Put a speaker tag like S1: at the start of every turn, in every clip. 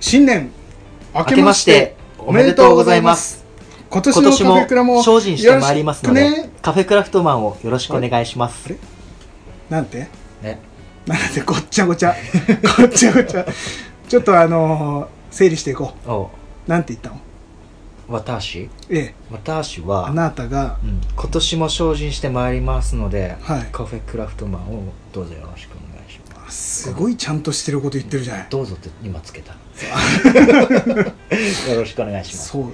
S1: 新年明
S2: 明けましておめでとうございます
S1: 今
S2: 今
S1: 年の
S2: 年
S1: カフェクラも
S2: も精進してまいりますの
S1: よろしく
S2: で
S1: ね
S2: カフェクラフトマンをよろしくお願いしま
S1: あ
S2: す
S1: れなんて
S3: ね
S1: なんてごっちゃごちゃ ごっちゃごちゃちょっとあのー整理していこ
S3: お
S1: うなんて言ったの
S3: 私
S1: ええ
S3: 私
S1: あ
S3: は、
S1: なたが
S3: うん、今年も精進してまいりますので、
S1: はい
S3: カフェクラフトマンをどうぞよろしくお願いします
S1: すごいちゃんとしてること言ってるじゃない
S3: どうぞって今つ けたよろしくお願いします
S1: そう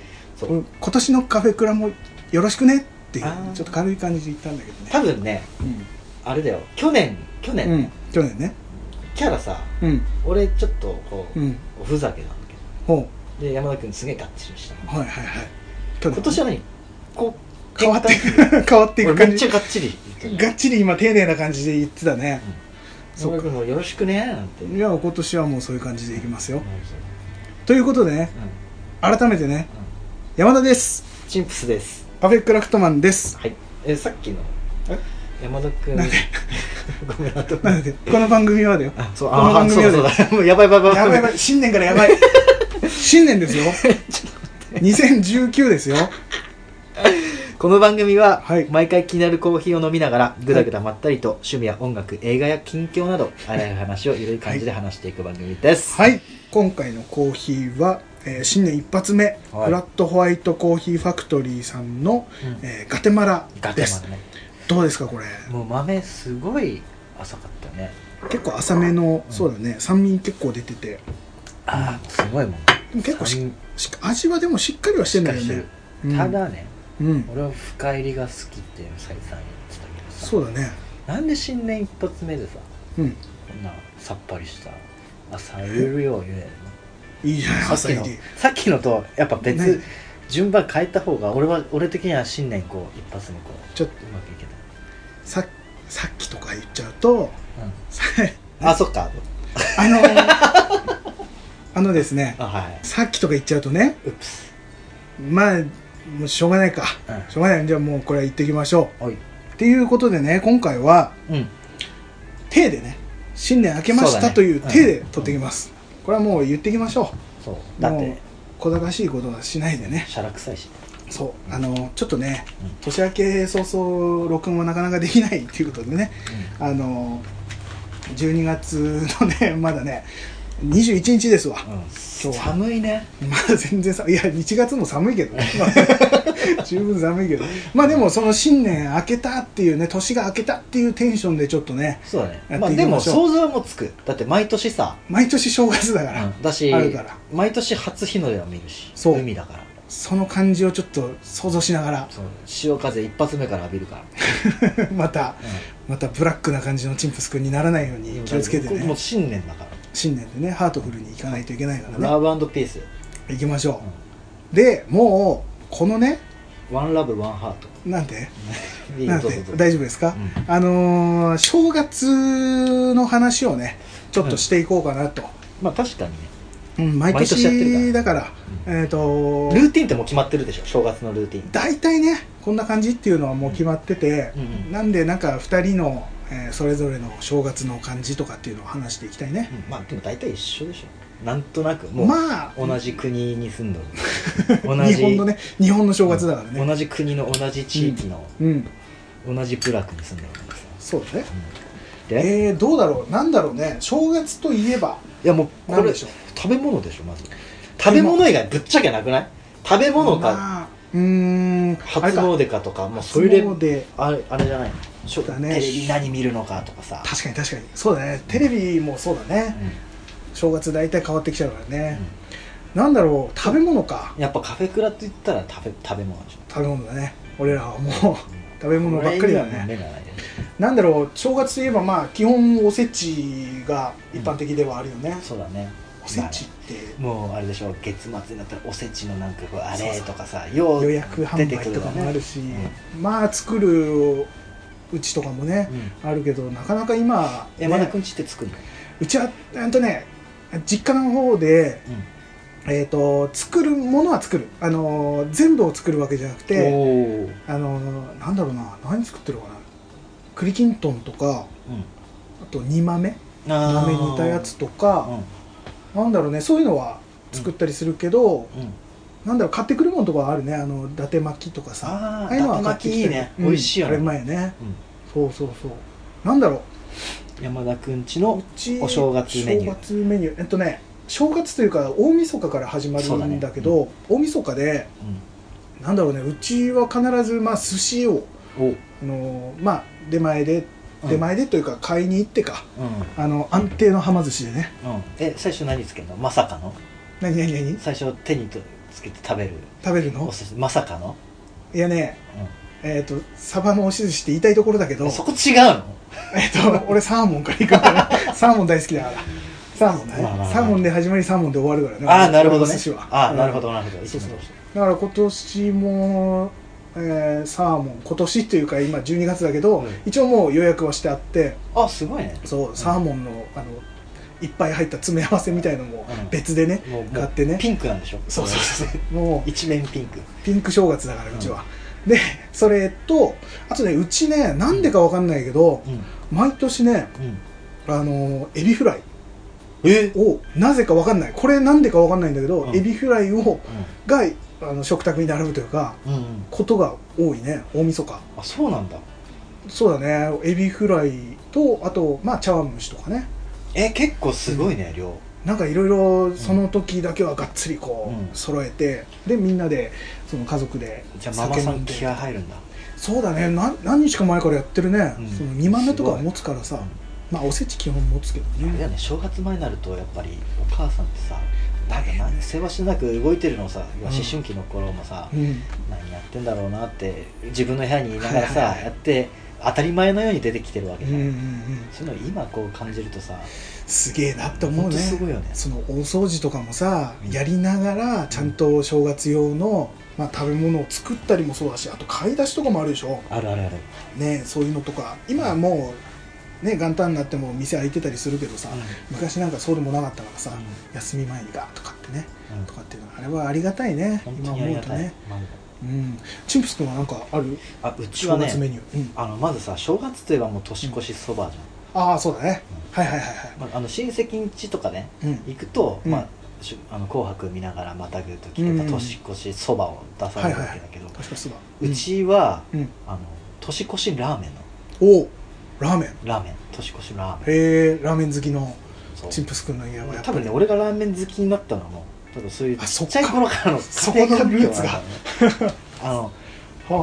S3: そう
S1: 俺今年のカフェクラもよろしくねっていう
S3: あー
S1: ちょっと軽い感じで言ったんだけどね
S2: 多分ね
S3: あれだよ去年去
S1: うん、う
S3: 年
S1: ん、去年ね
S2: キャラさ
S1: うん
S2: 俺ちょっとこう、
S1: うん
S2: おふざけなんだけ
S1: ほ
S2: どで山田君すげえがっちりした
S1: うはいはいはい去
S2: 今年は何こう
S1: 変わってい
S2: 転換
S1: く変わっていく
S2: 俺め
S1: 感
S2: っち
S1: じ
S2: ゃがっちり言ってる
S1: がっちり今丁寧な感じで言ってたね、そう
S2: 山
S1: か
S2: 田君もよろしくねなんて
S1: いや今年はもうそういう感じでいきますよ、
S2: なるほどね
S1: ということでね改めてね、山田です
S2: うんチンプスです
S1: パフェクラフトマンです
S2: はいえさっきの
S1: え
S2: 山田君
S1: なんで
S2: ごめんなと
S1: なのでこの番組はだよ
S2: あそう
S1: この
S2: あ
S1: 番組
S2: そうそう
S1: は
S2: だもう やばいやばい
S1: やばいやば
S2: い
S1: い新年からやばい新年ですよ2019ですよ
S2: この番組は、
S1: はい
S2: 毎回気になるコーヒーを飲みながらぐだぐだまったりと、趣味や音楽映画や近況などあらゆる話をゆるい感じで話していく番組です、
S1: はい今回のコーヒーは、えー新年一発目、
S3: はい
S1: フラットホワイトコーヒーファクトリーさんの、
S2: うん
S1: えーガテマラ
S3: ガテ
S1: で
S3: マ
S1: す
S3: ラね
S1: どうですかこれ
S3: もう豆すごい浅かったね
S1: 結構浅めの、そうだね酸味結構出てて
S3: ああすごいも
S1: で
S3: ん
S1: も結構し
S3: 酸
S1: し味はでもしっかりはしてんだよ
S3: しっかり
S1: ね
S3: して
S1: うん
S3: ただね
S1: うん
S3: 俺は深入りが好きって再三言ってたけどさ
S1: そうだね
S3: なんで新年一発目でさ
S1: うん
S3: こんなさっぱりした朝ゆるよう言える
S1: いいじゃない
S3: のさっきの
S1: 朝入り
S3: さっきのとやっぱ別、
S1: ね
S3: 順番変えた方が俺は俺的には新年こう一発目こう
S1: ちょっと
S3: うまくいけた
S1: ささっきとか言っちゃうと
S3: うん
S1: さ
S3: あそっか
S1: あ のーあのですね
S3: あはい
S1: さっきとか言っちゃうとね
S3: うっす
S1: まあもうしょうがないか、
S3: うん
S1: しょうがないじゃあもうこれは言っていきましょ
S3: おいう
S1: っていうことでね今回は
S3: うん
S1: 手でね新年明けま
S3: そ
S1: し
S3: うだ
S1: た
S3: ね
S1: という手で
S3: うん
S1: 取ってきます、これはもう言っていきましょ
S3: そう
S1: う
S3: だっ
S1: もう
S3: て
S1: 小賢しいことはしないでね
S3: しゃらくさいし
S1: そうあのちょっとね、
S3: うん
S1: 年明け早々録音はなかなかできないっていうことでねあの12月のね まだね21日ですわ、
S3: うん、うん、
S1: 日は
S3: 寒いね
S1: まあ全然さいや1月も寒いけどね 十分寒いけどまあでもその新年明けたっていうね年が明けたっていうテンションでちょっとね
S3: そうだね
S1: や
S3: ま
S1: って
S3: あ
S1: い
S3: で
S1: きま
S3: も
S1: しょう
S3: 想像はもうつくだって毎年さ、
S1: 毎年正月だから、
S3: だし
S1: あるから
S3: 毎年初日の出を見るし
S1: そう
S3: 海だから
S1: その感じをちょっと想像しながら
S3: そう潮風一発目から浴びるから、
S1: またまたブラックな感じのチンプス君にならないように 気をつけて
S3: 僕もう
S1: ね
S3: 新年だか、
S1: 新年でねハートフルにいかないといけないかららね
S3: ラブピース、
S1: 行きましょうでもうこのね
S3: ワンラブワンハート
S1: なんて
S3: いい
S1: なん
S3: どう
S1: て
S3: ぞどうぞ
S1: 大丈夫ですか、
S3: う
S1: あのー正月の話をねちょっとしていこうかなと、
S3: まあ確かにね
S1: うん、毎
S3: 毎年やって
S1: 年
S3: る
S1: だからえっ、と
S3: ルーティンってもう決まってるでしょ正月のルーティン
S1: 大体ねこんな感じっていうのはもう決まってて、
S3: うんうん
S1: なんでなんか2人の、えーそれぞれの正月の感じとかっていうのを話していきたいね、
S3: うんまあでも大体一緒でしょなんとなくもう、
S1: まあ
S3: 同じ国に住 んどる
S1: 日本のね日本の正月だからね
S3: 同じ国の同じ地域の、
S1: うん、
S3: 同じ部落に住んでるからさ、
S1: そうだね
S3: うんで、
S1: えー、どうだろうなんだろうね正月といえば
S3: いやもうこ
S1: なん
S3: れ
S1: でしょう
S3: 食べ物でしょまず食べ物以外ぶっちゃけなくない食べ物か
S1: まあうーんあれ
S3: 初
S1: か
S3: 詣かとかもうそ
S1: 初
S3: れで
S1: 詣
S3: あれあれじゃないしょ
S1: だね
S3: テレビ何見るのかとかさ、
S1: 確かに確かにそうだねテレビもそうだね、正月大体変わってきちゃうからね、なんだろう食べ物か
S3: うんやっぱカフェクラと言ったら食べ食べ物でしょ
S1: 食べ物だね俺らはもう 食べ物ばっかりだ
S3: 俺にはもう
S1: ね
S3: 目がないよね
S1: なんだろう正月といえばまあ基本おせちが一般的ではあるよね、
S3: そうだね
S1: おせちって
S3: もうあれでしょ月末になったらおせちのなんかこうあ
S1: そう
S3: れ
S1: そう
S3: とかさよう
S1: 予約販売とかもあるし、まあ作るうちとかもね、あるけどなかなか今、ね
S3: 山田君ちって作るの、
S1: うちはうんとね実家の方で、えー、と作るものは作る、あのー全部を作るわけじゃなくて
S3: おお、
S1: あのーなんだろうな何作ってるかな栗きんとんとかあと煮豆
S3: あー
S1: 豆煮たやつとか、なんだろうねそういうのは作ったりするけど、
S3: うん
S1: なんだろう買ってくるもんとかはあるねあの伊達巻きとかさ
S4: あ
S1: あ
S4: あ
S1: あいうのは
S4: だて巻きいいね
S1: うん
S4: 美味しいよ
S1: あれう
S4: ね
S1: まいよね、そうそうそうなんだろう
S3: 山田くんち
S1: う
S3: の
S1: ち
S3: お正月メニュー
S1: 正月メニューえっとね正月というか大晦日から始ま
S3: そう
S1: る
S3: だね
S1: んだけど大晦日でなんだろうねうちは必ずまあ寿司を
S3: うんお
S1: あのーまあ出前で
S3: うん
S1: 出前でというか買いに行ってか、
S3: うん
S1: あの安定のはま寿司でね
S3: うんえ最初何つけるのまさかの
S1: 何何何
S3: 最初手にとつけて食べる
S1: 食べる
S3: お
S1: の
S3: 寿司まさかの、
S1: いやねえっ、とサバの押し寿司って言いたいところだけど
S3: うん、
S1: えっ、
S3: そこ違うの
S1: と俺サーモンから行く からねサーモン大好きだからサーモンだね、
S3: まあまあまあ
S1: サーモンで始まりサーモンで終わるからね
S3: ああなるほど
S1: 俺
S3: ね
S1: の寿司は
S3: ああなるほ
S1: ど
S3: どなるほど
S1: そうそうだから今年も、えーサーモン今年というか今12月だけど、
S3: うん
S1: 一応もう予約はしてあって
S3: あすごいね
S1: そうサーモンのあのいっぱい入った詰め合わせみたいのも
S3: うん
S1: 別でね、
S3: もうもう
S1: 買ってね
S3: ピンクなんでしょ
S1: そうそうそう うもう
S3: 一面ピンク
S1: ピンク正月だからうちは、でそれとあとねうちねなんでかわかんないけど、
S3: うん
S1: 毎年ね
S3: うん
S1: あのエビフライ
S3: え
S1: をなぜかわかんないこれなんでかわかんないんだけど、
S3: うん
S1: エビフライをがあの食卓に並ぶというか
S3: うんうんうん
S1: ことが多いね大晦日
S3: あそうなんだ
S1: そうだねエビフライとあとまあ茶碗蒸しとかね
S3: え結構すごいね量
S1: なんかいろいろその時だけはがっつりこ
S3: うん
S1: う揃えて、でみんなでその家族で
S3: じゃあママさ
S1: 酒飲
S3: ん
S1: で
S3: 気合入るんだ
S1: そうだねな何日か前からやってるね、
S3: うん
S1: その2万目とかは持つからさ
S3: すごい
S1: まあおせち基本持つけど
S3: いや
S1: ね
S3: ね正月前になるとやっぱりお母さんってさなんか何せわしなく動いてるのをさ要は思春期の頃もさ、
S1: うん
S3: 何やってんだろうなって自分の部屋にいながらさやって当たり前のように出てきてるわけ
S1: うん
S3: じ
S1: う
S3: ゃ
S1: ん
S3: ん、
S1: うん
S3: そういうのを今こう感じるとさ
S1: すげえなって思
S3: 本
S1: う
S3: 当
S1: ね
S3: すごいよね
S1: その大掃除とかもさやりながらちゃんと正月用の、まあ、食べ物を作ったりもそうだしあと買い出しとかもあるでしょ
S3: あるあるある、
S1: ねそういうのとか今はもうね元旦になっても店開いてたりするけどさ、昔なんかそうでもなかったからさ、
S3: う
S1: 休み前にガーッと買ってね
S3: うん
S1: とかっていうのはあれはありがたいね
S3: 本
S1: 今
S3: 当にあ
S1: 思
S3: り
S1: う
S3: が
S1: と
S3: たい、
S1: ね
S3: ま
S1: うんチンプス君はなんかある
S3: ああうち
S1: 正
S3: は
S1: 月メ
S3: ね
S1: ニュー、うん、
S3: あのまずさ正月といえばもう年越しそばじゃ
S1: ああそうだね、
S3: う
S1: はいはいはいは
S3: ん、まあ、あの親戚ん家とかね
S1: い、うん、
S3: 行くと、
S1: うん
S3: まあしあの紅白見ながらまたぐ時と
S1: うん
S3: か年越しそばを出されるわけだけど、
S1: 確かそうだ
S3: うちは、
S1: うん、うん
S3: あの年越しラーメンの
S1: おおラーメン
S3: ラーメン年越しラーメン
S1: へえラーメン好きの
S3: そう
S1: チンプス君の家はやっぱ
S3: 多
S1: り
S3: 分ね俺がラーメン好きになったのも多分そういう
S1: あ
S3: ち
S1: そっ
S3: っ
S1: か
S3: ちゃい頃からの
S1: そこの
S3: 家庭環境
S1: ルーツが
S3: なんだねあの
S1: はあは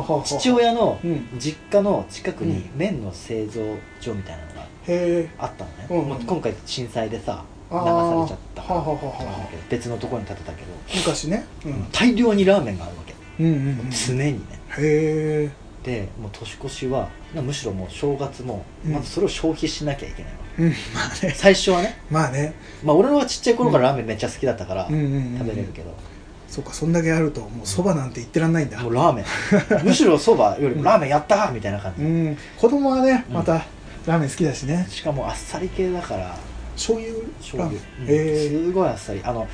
S1: あはあ
S3: 父親の
S1: うん
S3: 実家の近くに
S1: う
S3: 麺の製造所みたいなのが
S1: へえ
S3: あったのね、
S1: うんうん
S3: まあ今回震災でさ
S1: あ
S3: 流
S1: ー
S3: されちゃったから
S1: はあはあはあはあ
S3: なんだけど別のところに建てたけど、
S1: 昔ね、うん
S3: 大量にラーメンがあるわけ、
S1: うんうんうん、
S3: 常
S1: へ
S3: にね
S1: え
S3: でもう年越しはむしろもう正月も
S1: うん
S3: まずそれを消費しなきゃいけないわけ、
S1: うんまあね
S3: 最初はね
S1: まあね、
S3: まあ俺はちっちゃい頃からラーメンめっちゃ好きだったから
S1: うんうんうん、
S3: 食べれるけど、
S1: そうかそんだけあるともうそばなんて言ってらんないんだ
S3: もうラーメ ンむしろそばよりもラーメンやったーみたいな感
S1: う
S3: じ、
S1: ん子供はね
S3: うん
S1: またラーメン好きだしね
S3: しかもあっさり系だから
S1: 醤油
S3: 醤
S1: ラーメン、
S3: 油うん
S1: へえ
S3: すごいあっさりあの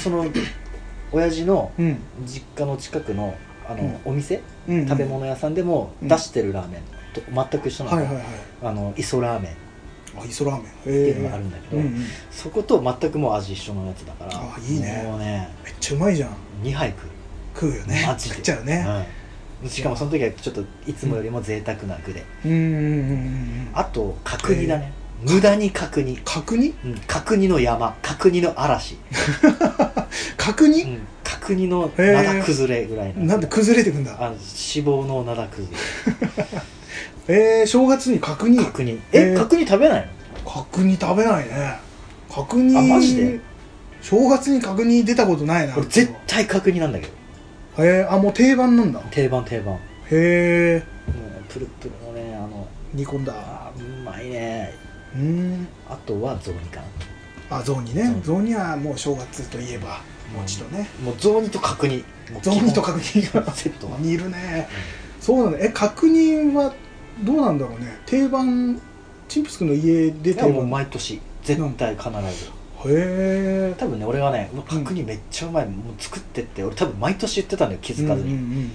S3: その親父の
S1: うん
S3: 実家の近くのあの、
S1: うん
S3: お店
S1: うん
S3: 食べ物屋さんでも
S1: うん
S3: 出してるラーメンと全く一緒な
S1: は
S3: の,、
S1: いはいはい
S3: あの磯ラーメンっ
S1: あ磯ラーメンって
S3: て
S1: い
S3: いうのがあるんだけ
S1: う
S3: ど、
S1: んうん、めっ
S3: そこと全くもう味一緒のやつだから
S1: あいいね
S3: もうね
S1: ちゃうまいじゃん
S3: 2杯食う
S1: 食うよね
S3: マジで
S1: 食っちゃうね、
S3: うん、しかもその時はちょっといつもよりも贅沢な具で、
S1: うんうんうんうん
S3: あと角煮だね、無駄に角煮
S1: 角煮
S3: うん角煮の山角煮の嵐、
S1: 角
S3: う
S1: 煮、
S3: ん、角煮のなだ崩れぐらいの
S1: なんで崩れてくんだ
S3: あの脂肪のなだ崩
S1: えー、正月に角煮
S3: れ角煮え
S1: えー
S3: 角煮食べない
S1: 角煮食べないね角煮
S3: あマジで
S1: 正月に角煮出たことないな
S3: の俺絶対角煮なんだけど
S1: へえあもう定番なんだへ
S3: 定番定番も
S1: え
S3: うプルプルのねあの
S1: 煮込んだ
S3: あーうまいね
S1: うん
S3: あとは雑煮かな
S1: あ雑煮ね雑煮はもう正月といえば餅とね
S3: もう雑煮と角煮もう基
S1: 雑
S3: 本
S1: 煮と角煮が
S3: セットは
S1: 煮るねそうなんだえ角煮はどうなんだろうね定番チンプス君の家で
S3: いや
S1: 定
S3: もう
S1: 番へ
S3: 毎年絶対必ず
S1: え
S3: 多分ね俺はねうわ角煮めっちゃうまい、もう作ってって俺多分毎年言ってたんだよ気づかず
S1: う
S3: に、
S1: んうんうんうん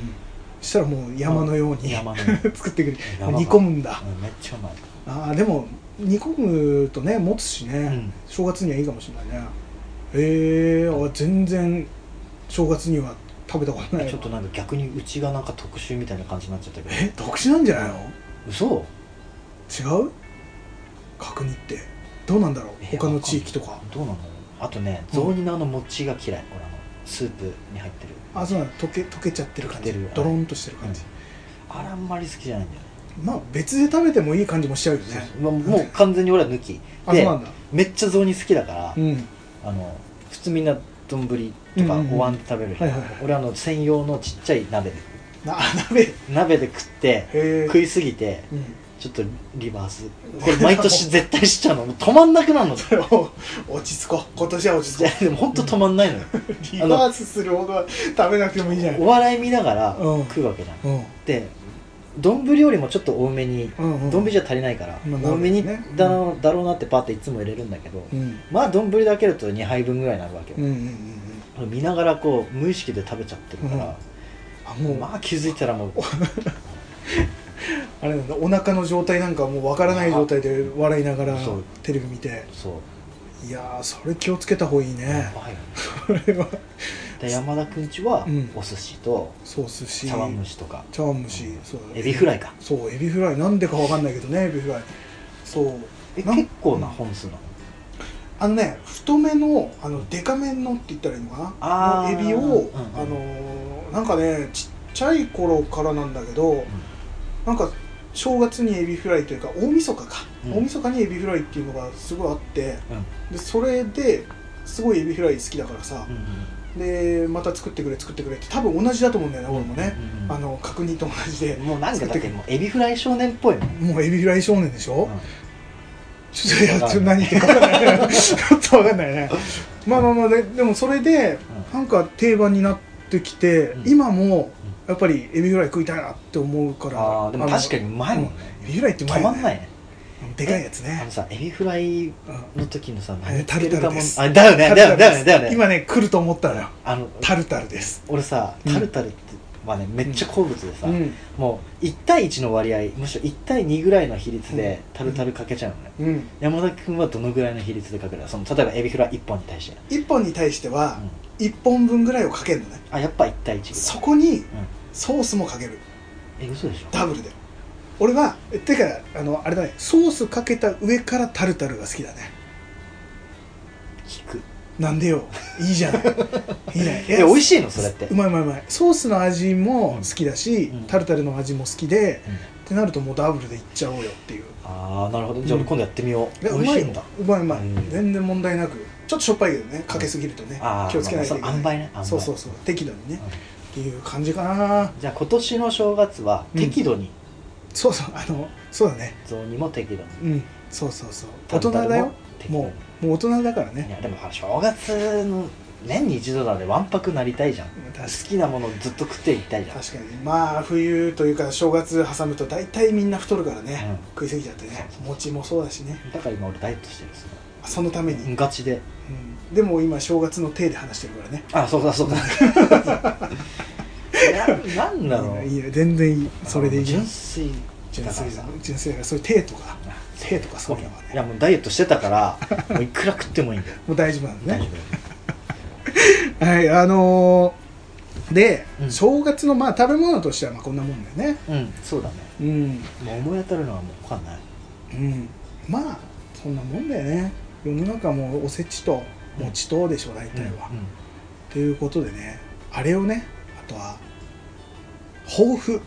S1: そしたらもう山のように、
S3: 山の
S1: 作ってくる
S3: 山が
S1: 煮込むんだ
S3: うんめっちゃうまい、
S1: あーでも煮込むとね持つしね、
S3: うん
S1: 正月にはいいかもしれないねへえー、あ全然正月には食べたことないわ
S3: ちょっとなんか逆にうちがなんか特集みたいな感じになっちゃったけど
S1: え特殊なんじゃないの
S3: 嘘
S1: 違う角煮ってどうなんだろう、
S3: え
S1: 他の地域とか
S3: どうなのあとね雑煮のあの餅が嫌い、俺あのスープに入ってる
S1: あそうなの溶け溶けちゃってる感じ
S3: 溶けてるはい
S1: ドロンとしてる感じ、
S3: あれあんまり好きじゃないんだよね
S1: まあ別で食べてもいい感じもしちゃうよね
S3: まあもう完全に俺は抜き
S1: あそう
S3: で
S1: なんだ
S3: めっちゃ雑煮好きだから、
S1: うん
S3: あの普通みんな丼とか
S1: うんうんうん
S3: お椀で食べるじゃん、
S1: はいはいはい
S3: 俺あの専用のちっちゃい鍋で
S1: な鍋へ
S3: 鍋で食って
S1: え
S3: 食いすぎて
S1: うん
S3: ちょっとリバースこれ毎年絶対し ちゃうのもう止まんなくなるの
S1: それ を落ち着こう今年は落ち
S3: い
S1: 着
S3: や
S1: こ
S3: でも本当止まんないのよ
S1: うリバースするほど食べなくてもいいじゃない
S3: お笑い見ながら
S1: うん
S3: 食うわけじゃん
S1: うん
S3: で丼よりもちょっと多めに
S1: うんうん
S3: 丼じゃ足りないから、
S1: まあ
S3: 多めに
S1: なるほどね
S3: だろだろうなってパーっていつも入れるんだけど、
S1: うん
S3: まあ丼だけだと2杯分ぐらいになるわけよ
S1: う、んうんうん
S3: 見ながらこう無意識で食べちゃってるから、
S1: あもう、
S3: まあ気づいたらもう
S1: あれなんだお腹の状態なんかもうわからない状態で笑いながら
S3: そう
S1: テレビ見て
S3: そう
S1: いやーそれ気をつけた方がいいね
S3: やばいよね
S1: これは
S3: で山田くんちは
S1: うん
S3: お寿司と
S1: そう寿司
S3: 茶碗蒸しとか
S1: 茶碗蒸しそうだね
S3: エビフライか
S1: そうエビフライなんでかわかんないけどねエビフライそう
S3: え
S1: なん
S3: 結構な本数なの
S1: あのね太めのあのデカめのって言ったらいいのかな
S3: あー
S1: のエビを、
S3: うんうん
S1: あのーなんかねちっちゃい頃からなんだけど、なんか正月にエビフライというか大晦日か、
S3: うん
S1: 大晦日にエビフライっていうのがすごいあってでそれですごいエビフライ好きだからさ
S3: うん、うん
S1: でまた作ってくれ作ってくれって多分同じだと思うんだよね、俺もね、
S3: うん
S1: あの角煮と同じで
S3: もうなんかだってもうエビフライ少年っぽいもん、
S1: もうエビフライ少年でしょ、
S3: うん
S1: ちょっといやちょっと何言ってるか分かん ないちょっと分かんないねまあまあまあででもそれで
S3: う
S1: な
S3: ん
S1: んか定番になってきて、
S3: うん
S1: 今もやっぱりエビフライ食いたいなって思うから
S3: ああでも確か
S1: に
S3: にうまいもんね
S1: エビフライってうま
S3: 止
S1: いよ
S3: ま
S1: ね
S3: んないね
S1: でかいやつ
S3: あ
S1: ね
S3: のさエビフライ
S1: うん
S3: の時のさ
S1: えータ
S3: て
S1: ル
S3: る
S1: タ
S3: か
S1: ル
S3: も
S1: です
S3: あだよねだよねだよねだよね
S1: 今ね来ると思ったのよ
S3: あの
S1: タルタルです
S3: 俺さ
S1: うん
S3: タルタルって、まあねめっちゃ好物でさ、
S1: ん
S3: もう1対1の割合むしろ1対2ぐらいの比率で
S1: うん
S3: タルタルかけちゃうの
S1: う
S3: ね、
S1: ん
S3: 山田君はどのぐらいの比率でかけるのその例えばエビフライ1本に対して、
S1: 1本に対して
S3: う
S1: は
S3: ん
S1: 1本分ぐらいをかけるのね
S3: あやっぱ1対1
S1: そこに
S3: うん
S1: ソースもかける
S3: え嘘でしょ
S1: ダブルで俺はえてかあのあれだねソースかけた上からタルタルが好きだね
S3: 聞く
S1: なんでよいいじゃ ないいいじゃないい
S3: え美味
S1: しい
S3: しいのそれって
S1: うまいうまいうまいソースの味も好きだし、
S3: うん
S1: タルタルの味も好きで、
S3: うん
S1: ってなるともうダブルでいっちゃおうよっていう
S3: ああなるほどじゃあ俺
S1: うん
S3: 今度やってみよう、
S1: でう
S3: 美
S1: ま
S3: 味
S1: い
S3: しい
S1: の
S3: んだ
S1: うまいうまい、
S3: うん
S1: 全然問題なくちょっとしょっぱいけどねかけすぎるとね、
S3: あー
S1: 気をつけないといけない、
S3: まあまあ塩梅ね塩梅
S1: そうそうそう適度にね、
S3: ん
S1: っていう感じかな
S3: じゃあ今年の正月は
S1: うん
S3: 適度に、
S1: そうそうあのそうだね
S3: 雑煮も適度
S1: う
S3: に
S1: んそうそうそう
S3: タ
S1: 大
S3: ル
S1: 人
S3: タル
S1: だよ
S3: 適度に
S1: もうもう大人だから
S3: い
S1: ね
S3: やでもほら正月の年に一度なんでわんぱくなりたいじゃん好
S1: 確かに
S3: きなものずっと食っていきたいじゃん
S1: 確かにまあ冬というか正月挟むと大体みんな太るからね、
S3: う
S1: 食
S3: ん
S1: い過ぎちゃってね餅もそうだしね
S3: だから今俺ダイエットしてるんですよ
S1: そのために、うん
S3: ガチで
S1: でも今正月の手で話してるからね
S3: あそうだそう だいやなんだろう
S1: いいよ全然いいそれでいい
S3: 純粋
S1: 純
S3: だか
S1: 粋だ
S3: らさ
S1: 純粋だからそういう手とか手とかそういうのはね
S3: いやもうダイエットしてたからもういくら食ってもいいんだよ
S1: もう大丈夫なんだ
S3: 大丈
S1: ねはいあのーで、
S3: うん
S1: 正月のまあ食べ物としてはまあこんなもんだよね
S3: 夫うんそうだね
S1: うん
S3: もう思い当たるのはもう分かんない
S1: うんまあそんなもんだよね世の中もうおせちと餅とでしょ大体は、
S3: うん
S1: ということでねあれをねあとは抱負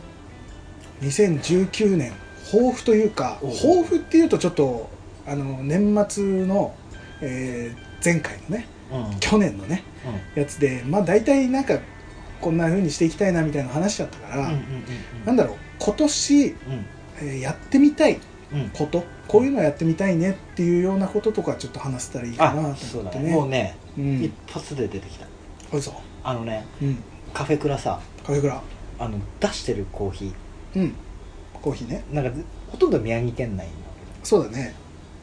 S1: 2019年抱負というか
S3: おう
S1: 抱負っていうとちょっとあの年末の、えー前回のね
S3: うんうん
S1: 去年のねやつでまあ大体なんかこんな風にしていきたいなみたいな話だったから、
S3: うんう
S1: なんんだろう今年、えーやってみたい
S3: うんうん
S1: ことこういうのやってみたいねっていうようなこととかちょっと話せたらいいかな
S3: あ
S1: と
S3: そう
S1: 思っ
S3: だ
S1: て
S3: ね
S1: ね
S3: もうね
S1: うん
S3: 一発で出てきた
S1: あそう
S3: あのね
S1: うん
S3: カフェクラさ
S1: カフェクラ
S3: あの出してるコーヒ
S1: うんコーヒーね
S3: ーなんかずほとんど宮城県内の
S1: そうだね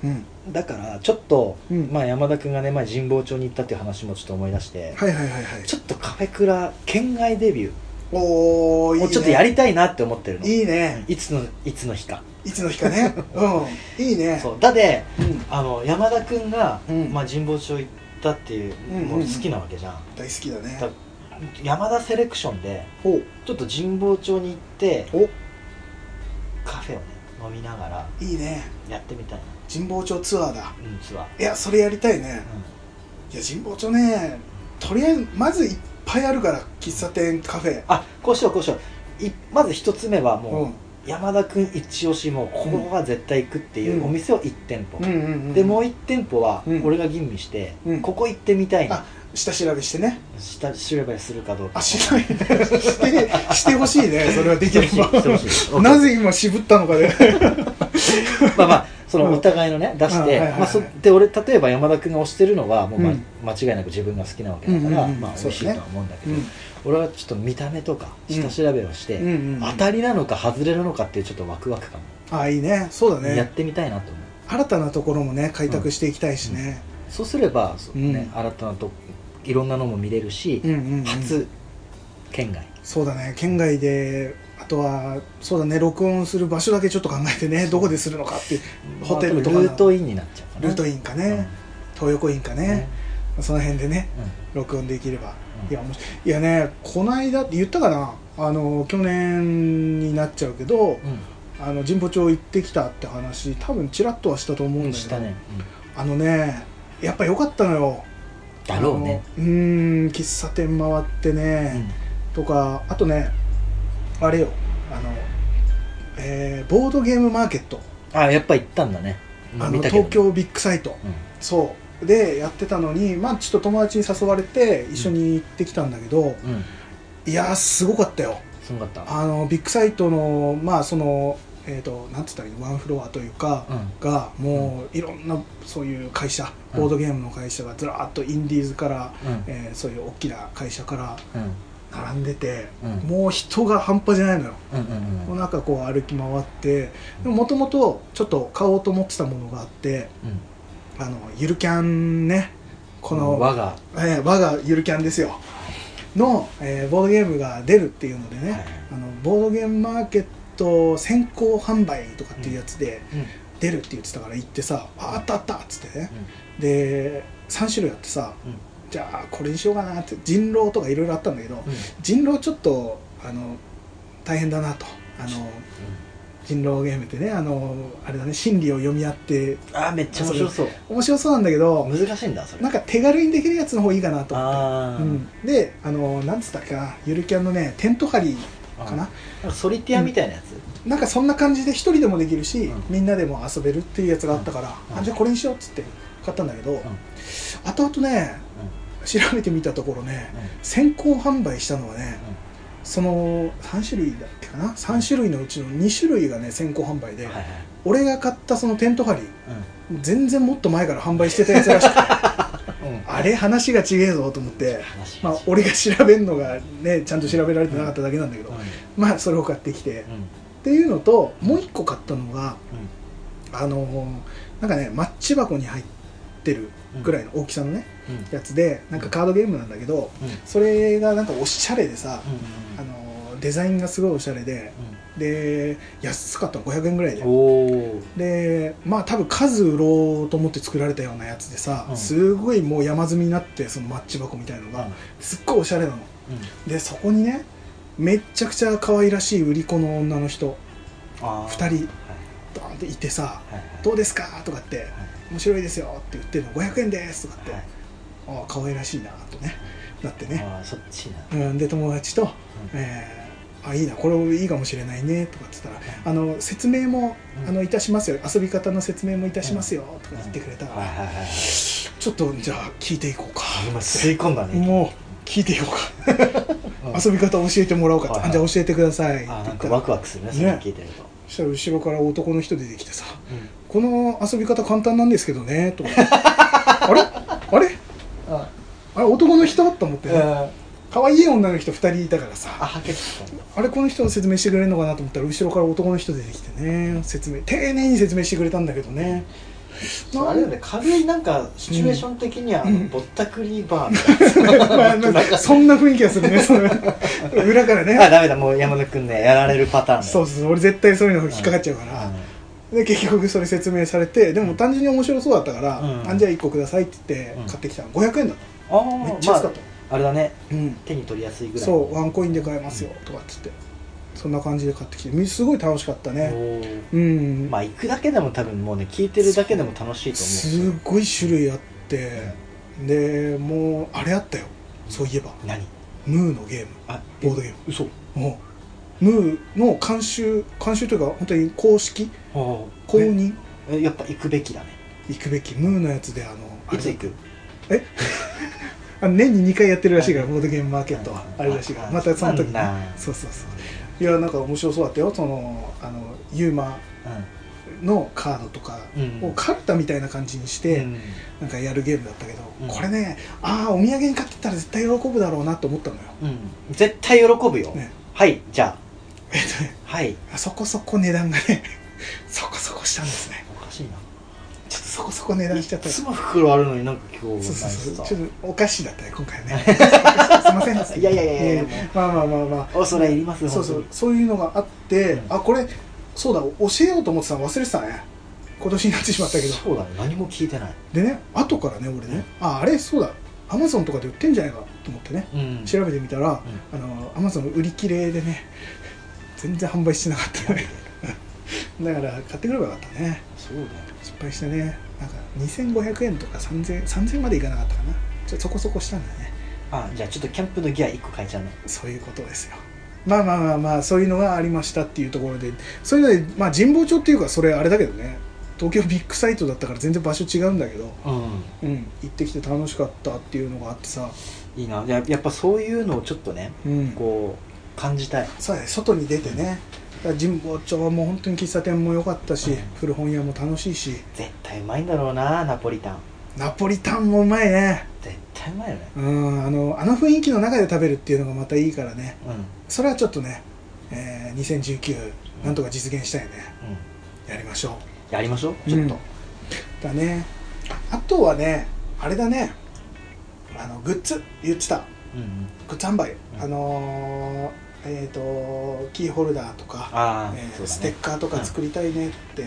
S1: うん
S3: だからちょっと、
S1: うん
S3: まあ、山田君がね前神保町に行ったっていう話もちょっと思い出して、
S1: はいはいはいはい
S3: ちょっとカフェクラ県外デビュー
S1: おおいい
S3: も
S1: ね
S3: うちょっとやりたいなって思ってるの
S1: いいね
S3: いつのいつの日か
S1: いつの日か ねうんいいね
S3: そうだで
S1: うん
S3: あの山田君が、
S1: うん
S3: まあ、神保町行っ
S4: ったっていう
S1: うんうんうん
S4: もう好きなわけじゃん、
S1: 大好きだね
S4: だ山田セレクションで
S1: お
S4: ちょっと神保町に行って
S1: お
S4: カフェをね飲みながら
S1: いいね
S4: やってみたいな
S1: 神保町ツアーだ
S4: うんツアー、
S1: いやそれやりたいね
S4: う
S1: いや神保町ねとりあえずまずいっぱいあるから喫茶店カフェ
S4: ん、あこうしようこうしよういまず一つ目はもう、
S1: うん
S4: 山田君一押しもうここは絶対行くっていうお店を1店舗、
S1: うんうんうん
S4: でもう1店舗は
S1: うん
S4: 俺が吟味して、
S1: うん
S4: ここ行ってみたいな
S1: あ下調べしてね
S4: 下調べするかどうか
S1: あしないねして してほしいねそれはでき れ
S3: してほしいしてほしい
S1: ばなぜ今渋ったのかで
S3: まあまあその
S1: うん
S3: お互いのね出し
S1: う
S3: て
S1: んはいはいはい
S3: まあそで俺例えば山田君が推してるのはもう、ま
S1: うん
S3: 間違いなく自分が好きなわけだか
S1: うん
S3: ら
S1: うんうん
S3: まあ美
S1: そう
S3: 味
S1: だね
S3: しいとは思うんだけ
S1: う
S3: ど
S1: ん
S3: 俺はちょっと見た目とか下調べをして、
S1: うんうんうん
S3: 当たりなのか外れなのかっていうちょっとワクワク感
S1: あいいねそうだ
S3: も、やっ
S1: ね
S3: てみたいなと思う
S1: 新たなところもね開拓していきたいしね
S3: そうすれば、そう
S1: うん
S3: ね、新たなといろんなのも見れるし、
S1: うんうんうん
S3: 初県外
S1: そうだね県外であとはそうだね録音する場所だけちょっと考えてねどこでするのかっていうホテルとか
S3: ま
S1: な
S3: あルートインになっちゃうかな
S1: ルートインかね、東横インか
S3: うん
S1: ね、その辺でね
S3: うん
S1: 録音できれば、
S3: うん
S1: いやもしいやねこないだって言ったかなあの去年になっちゃうけど、
S3: うん
S1: あの神保町行ってきたって話多分ちらっとはしたと思うんだけ
S3: し
S1: ど、
S3: たね、うん
S1: あのねやっぱ良かったのよ
S3: だろうね
S1: あのうーん喫茶店回ってね、とかあとねあれよあの、えーボードゲームマーケット、
S3: うんあやっぱ行ったんだね
S1: あ
S3: 見
S1: の
S3: たけど
S1: 東京ビッグサイト、
S3: うん
S1: そうでやってたのにまあちょっと友達に誘われて一緒に行ってきたんだけど、
S3: うん
S1: いやーすごかったよ
S3: すごかった
S1: あのビッグサイトのまあそのえっ、となんつったらいいのワンフロアというか、
S3: うん
S1: がもういろんなそういう会社
S3: うん
S1: ボードゲームの会社がずらーっとインディーズから、
S3: うん
S1: えーそういう大きな会社から
S3: うん
S1: 並んでて、
S3: うん
S1: もう人が半端じゃないのよ
S3: うんうん
S1: も
S3: う
S1: うんなんかこう歩き回ってでもともとちょっと買おうと思ってたものがあって
S3: うん
S1: あのゆるキャンねこの
S3: 我が
S1: えー我がゆるキャンですよの、えーボードゲームが出るっていうのでね、
S3: はい
S1: あのボードゲームマーケット先行販売とかっていうやつで
S3: うん
S1: 出るって言ってたから行ってさ「ああったあった」っつってねで3種類あってさ
S3: うん
S1: じゃあこれにしようかなって人狼とかいろいろあったんだけど
S3: うん
S1: 人狼ちょっとあの大変だなとあの人狼ゲームってねあのあれだね心理を読み合って
S3: あーめっちゃ面白そう
S1: 面白そうなんだけど
S3: 難しいんだそれ
S1: なんか手軽にできるやつの方がいいかなと思って。
S3: あー
S1: うん、であのなんつったっけなゆるキャンのねテント張り
S3: あ
S1: かな
S3: なんかソリティアみたいなやつ
S1: なんかそんな感じで一人でもできるし、
S3: うん
S1: みんなでも遊べるっていうやつがあったから、
S3: うん
S1: あじゃあこれにしようっつって買ったんだけど、後々ね調べてみたところね先行販売したのはね、その3種類だっけかな3種類のうちの2種類がね先行販売で、
S3: はいはい
S1: 俺が買ったそのテント張り
S3: う
S1: 全然もっと前から販売してたやつらしくて
S3: んうん
S1: あれ話が違えぞと思って、
S3: 話
S1: まあ
S3: が、違う
S1: 俺が調べるのがねちゃんと調べられてなかっただけなんだけど、まあそれを買ってきて、
S3: うんうん
S1: っていうのともう一個買ったのが
S3: うん
S1: あのーなんかねマッチ箱に入ってるぐらいの大きさのね
S3: うんうん
S1: やつでなんかカードゲームなんだけどそれがなんかおしゃれでさ、
S3: うん
S1: あのーデザインがすごいおしゃれでで安かったの500円ぐらいで
S3: うんおー
S1: でまあ多分数売ろうと思って作られたようなやつでさ、
S3: うん
S1: すごいもう山積みになってそのマッチ箱みたいのがすっごいおしゃれなの
S3: うん
S1: でそこにねめっちゃくちゃ可愛らしい売り子の女の人
S3: あ
S1: 2
S3: ー
S1: 人
S3: はい
S1: ドーンっていてさ
S3: はいはい
S1: どうですかとかって
S3: はい
S1: 面白いですよって言ってるの500円ですとかって、
S3: はい
S1: ああ可愛らしいなとねなってね、
S3: あーそっちな
S1: うん、で友達と、
S3: うん
S1: えーあいいなこれいいかもしれないねとかって言ったらあの説明も、
S3: うん
S1: あのいたしますよ遊び方の説明もいたしますよとか言ってくれたから、
S3: はいはいはいはい
S1: ちょっとじゃあ聞いていこうか
S3: 今吸い込んだね
S1: もう聞いていこうか
S3: う ん
S1: 遊び方教えてもらおうかって、
S3: はいはい
S1: あじゃあ教えてくださいって言
S3: あー
S1: っ
S3: なん
S1: た
S3: からワクワクするねそれ聞いてると
S1: そしたら後ろから男の人出てきてさ
S3: うん
S1: この遊び方簡単なんですけどねとか あれあれ
S3: あ
S1: あれ男の人と思って、ね、
S3: あ
S1: 可愛い女の人2人いたからさ
S3: はけてきたんだ
S1: あれこの人を説明してくれるのかなと思ったら後ろから男の人出てきてね説明丁寧に説明してくれたんだけどね
S4: そうあれだよね軽いなんかシチュエーション的には、
S1: うん
S4: ぼったくりバーみたいな、
S1: まあまあそんな雰囲気がするねその裏から
S3: あ
S1: ね
S3: ダメだもう山田君ねやられるパターンだ
S1: そうそうそう俺絶対そういうの引っかかっちゃうか
S3: あ
S1: ら、
S3: の
S1: で結局それ説明されてでも単純に面白そうだったから「
S3: うん
S1: あんじゃあ1個ください」って言って
S3: うん
S1: 買ってきたの500円だっ
S3: ああ
S1: ためっちゃ安かった、
S3: あ、あれだね
S1: うん、
S3: 手に取りやすいぐらい
S1: そうワンコインで買えますよとかっつってそんな感じで買ってきてみすごい楽しかったね
S3: ね
S1: うん、
S3: まあ行くだけでも多分もうね聞いてるだけでも楽しいと
S1: す
S3: 思う
S1: っごい種類あってでもうあれあったよそういえば
S3: 何
S1: ムーのゲーム
S3: あ
S1: ボードゲーム
S3: 嘘
S1: もうムーの監修監修というか本当に公式
S3: あ
S1: 公認
S3: あやっぱ行くべきだね
S1: 行くべきムーのやつであのあ
S3: い
S1: れ
S3: つ行く
S1: あの年に2回やってるらしいからボードゲームマーケット
S3: は
S1: はいあれらしいから
S3: はい
S1: またその時に
S3: そうなんだ
S1: そうそうそういやなんか面白そうだったよそのあのユーマのカードとか
S3: うん
S1: をカルタみたいな感じにし
S3: う
S1: て、
S3: ん
S1: なんかやるゲームだったけど、
S3: うん
S1: これねああお土産に買ってたら絶対喜ぶだろうなと思ったのよ
S3: うん絶対喜ぶよ
S1: ね
S3: はいじゃ
S1: えっとね
S3: あはい
S1: あそこそこ値段がね そこそこしたんですね
S3: おかしいな
S1: ちょっとそこそこ値段しちゃった
S3: い
S1: よ
S3: つ
S1: そう
S3: も袋あるのになんか今日
S1: そうそうちょ
S3: う
S1: っとおかしいだったね今回は ねすいません
S3: いやいやいやいや
S1: ええ
S3: もう
S1: まあまあまあまあ
S3: おそれいります
S1: そうそ
S3: 本
S1: うそういうのがあって、
S3: うん
S1: あこれそうだ教えようと思ってたの忘れてたね今年になってしまったけど
S3: そうだね何も聞いてない
S1: でね後からね俺ねああれそうだアマゾンとかで売ってんじゃないかと思ってね
S3: うん
S1: 調べてみたら、あのアマゾン売り切れでね全然販売してなかったね だから買ってくればよかったね
S3: そうだよ
S1: 失敗したねなんか2500円とか3000 3000までいかなかったかなちょっとそこそこしたんだね
S3: あじゃあちょっとキャンプのギア1個変えちゃうね
S1: そういうことですよまあまあまあまあそういうのがありましたっていうところでそういうのでまあ神保町っていうかそれあれだけどね東京ビッグサイトだったから全然場所違うんだけど、
S3: うん
S1: うん、行ってきて楽しかったっていうのがあってさ、
S3: いいなややっぱそういうのをちょっとね
S1: うん、
S3: こう感じたい
S1: そうだね外に出てねだから神保町はもう本当に喫茶店も良かったし、
S3: うん
S1: 古本屋も楽しいし
S3: 絶対うまいんだろうなナポリタン
S1: ナポリタンもうまいね
S3: 絶対うまいよね
S1: うんあのあの雰囲気の中で食べるっていうのがまたいいからね
S3: うんうん
S1: それはちょっとね、えー2019なんとか実現したいねやりましょ
S3: やりましょ
S1: う
S3: うちょっと、
S1: うんだねあとはねあれだねあのグッズ言ってた
S3: うんうん
S1: グッズ販売、
S3: うん
S1: あのーえっ、とキーホルダーとか、
S3: ああ、
S1: えー
S3: そうだね
S1: ステッカーとか作りたいねって、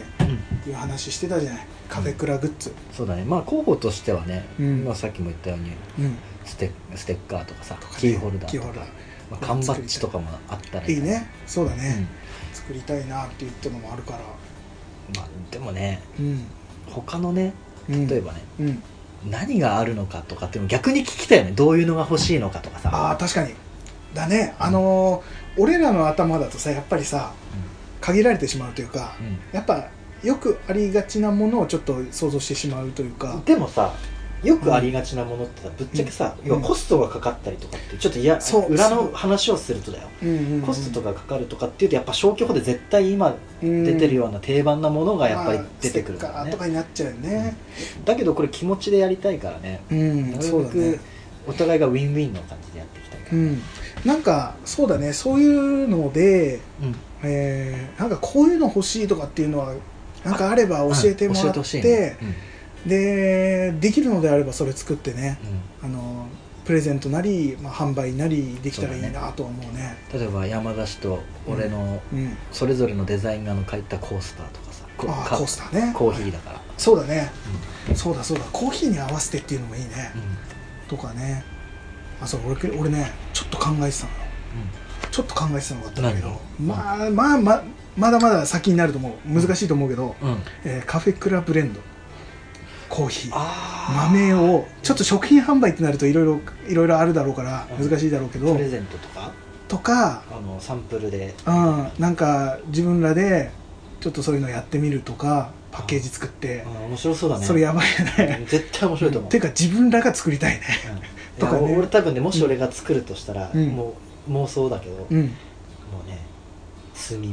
S3: うん
S1: いう話してたじゃないカフェクラグッズ、
S3: そうだねまあ候補としてはね、
S1: うん
S3: まあ、さっきも言ったように
S1: うん
S3: ステステッカーとかさ
S1: とかね
S3: キーホルダー
S1: キ
S3: と
S1: ー
S3: か
S1: ホルダー
S3: まあ、缶バッジとかもあったら
S1: いいねそうだ
S3: うん
S1: ね、作りたいなって言ったのもあるから
S3: まあ、でもね
S1: うん、
S3: 他のね
S1: うん、
S3: 例えばね、
S1: うん
S3: 何があるのかとかっていうの逆に聞きたいよねどういうのが欲しいのかとかさ
S1: ああ確かにだねあのー俺らの頭だとさやっぱりさ限られてしまうというか
S3: うん
S1: やっぱよくありがちなものをちょっと想像してしまうというか
S3: でもさよくありがちなものってさぶっちゃけさ、
S1: うん
S3: 要はコストがかかったりとかってちょっといや
S1: そう
S3: 裏の話をするとだよコ
S1: コ
S3: ストとかかかるとかっていうとやっぱ消去法で絶対今出てるような定番なものがやっぱり出てくる
S1: か
S3: からら
S1: ね
S3: ね、
S1: とかになっちゃうよね
S3: だけどこれ気持ちでやりたいからね
S1: うん、
S3: な
S1: そ
S3: る
S1: う
S3: べ
S1: だね
S3: くお互いがウィンウィンの感じでやっていきたいか
S1: う
S3: ら、
S1: んなんかそうだねそういうので
S3: うん
S1: えーなんかこういうの欲しいとかっていうのはなんかあれば教えてもら
S3: うん
S1: って,、
S3: ほしいね
S1: でできるのであればそれ作ってね
S3: うんうん
S1: あのプレゼントなり、まあ、販売なりできたらいい
S3: そうだ
S1: なとは思うね
S3: 例えば山田氏と俺の
S1: うん
S3: それぞれのデザインがの書いたコースターとかさこ
S1: あ
S3: か
S1: ーコースターね
S3: コーヒーだから、
S1: そうだね、そうだそうだコーヒーに合わせてっていうのもいいね、とかねあそう俺俺ねちょっと考えてたのよちょっと考えてたのがあったんだけど
S3: 何を
S1: まあまあままだまだ先になると思う難しいと思うけど、
S3: うん、うん
S1: えーカフェクラブレンドコーヒー
S3: あ
S1: 豆をちょっと食品販売ってなるといろいろいろいろあるだろうから
S3: うん
S1: 難しいだろうけ
S3: ー
S1: ど
S3: プレゼントとか
S1: とか、
S3: あのサンプルで
S1: うん、なんか自分らでちょっとそういうのやってみるとかパッケージ作って
S3: あ、面白そうだね
S1: それやばいよ
S3: うん
S1: ね
S3: 絶対面白いと思う
S1: ていうか自分らが作りたいね
S3: うんいや
S1: とかね
S3: 俺多分ねもし俺が作るとしたら、
S1: うん
S3: もう妄想だけど、
S1: うん
S3: もうね炭火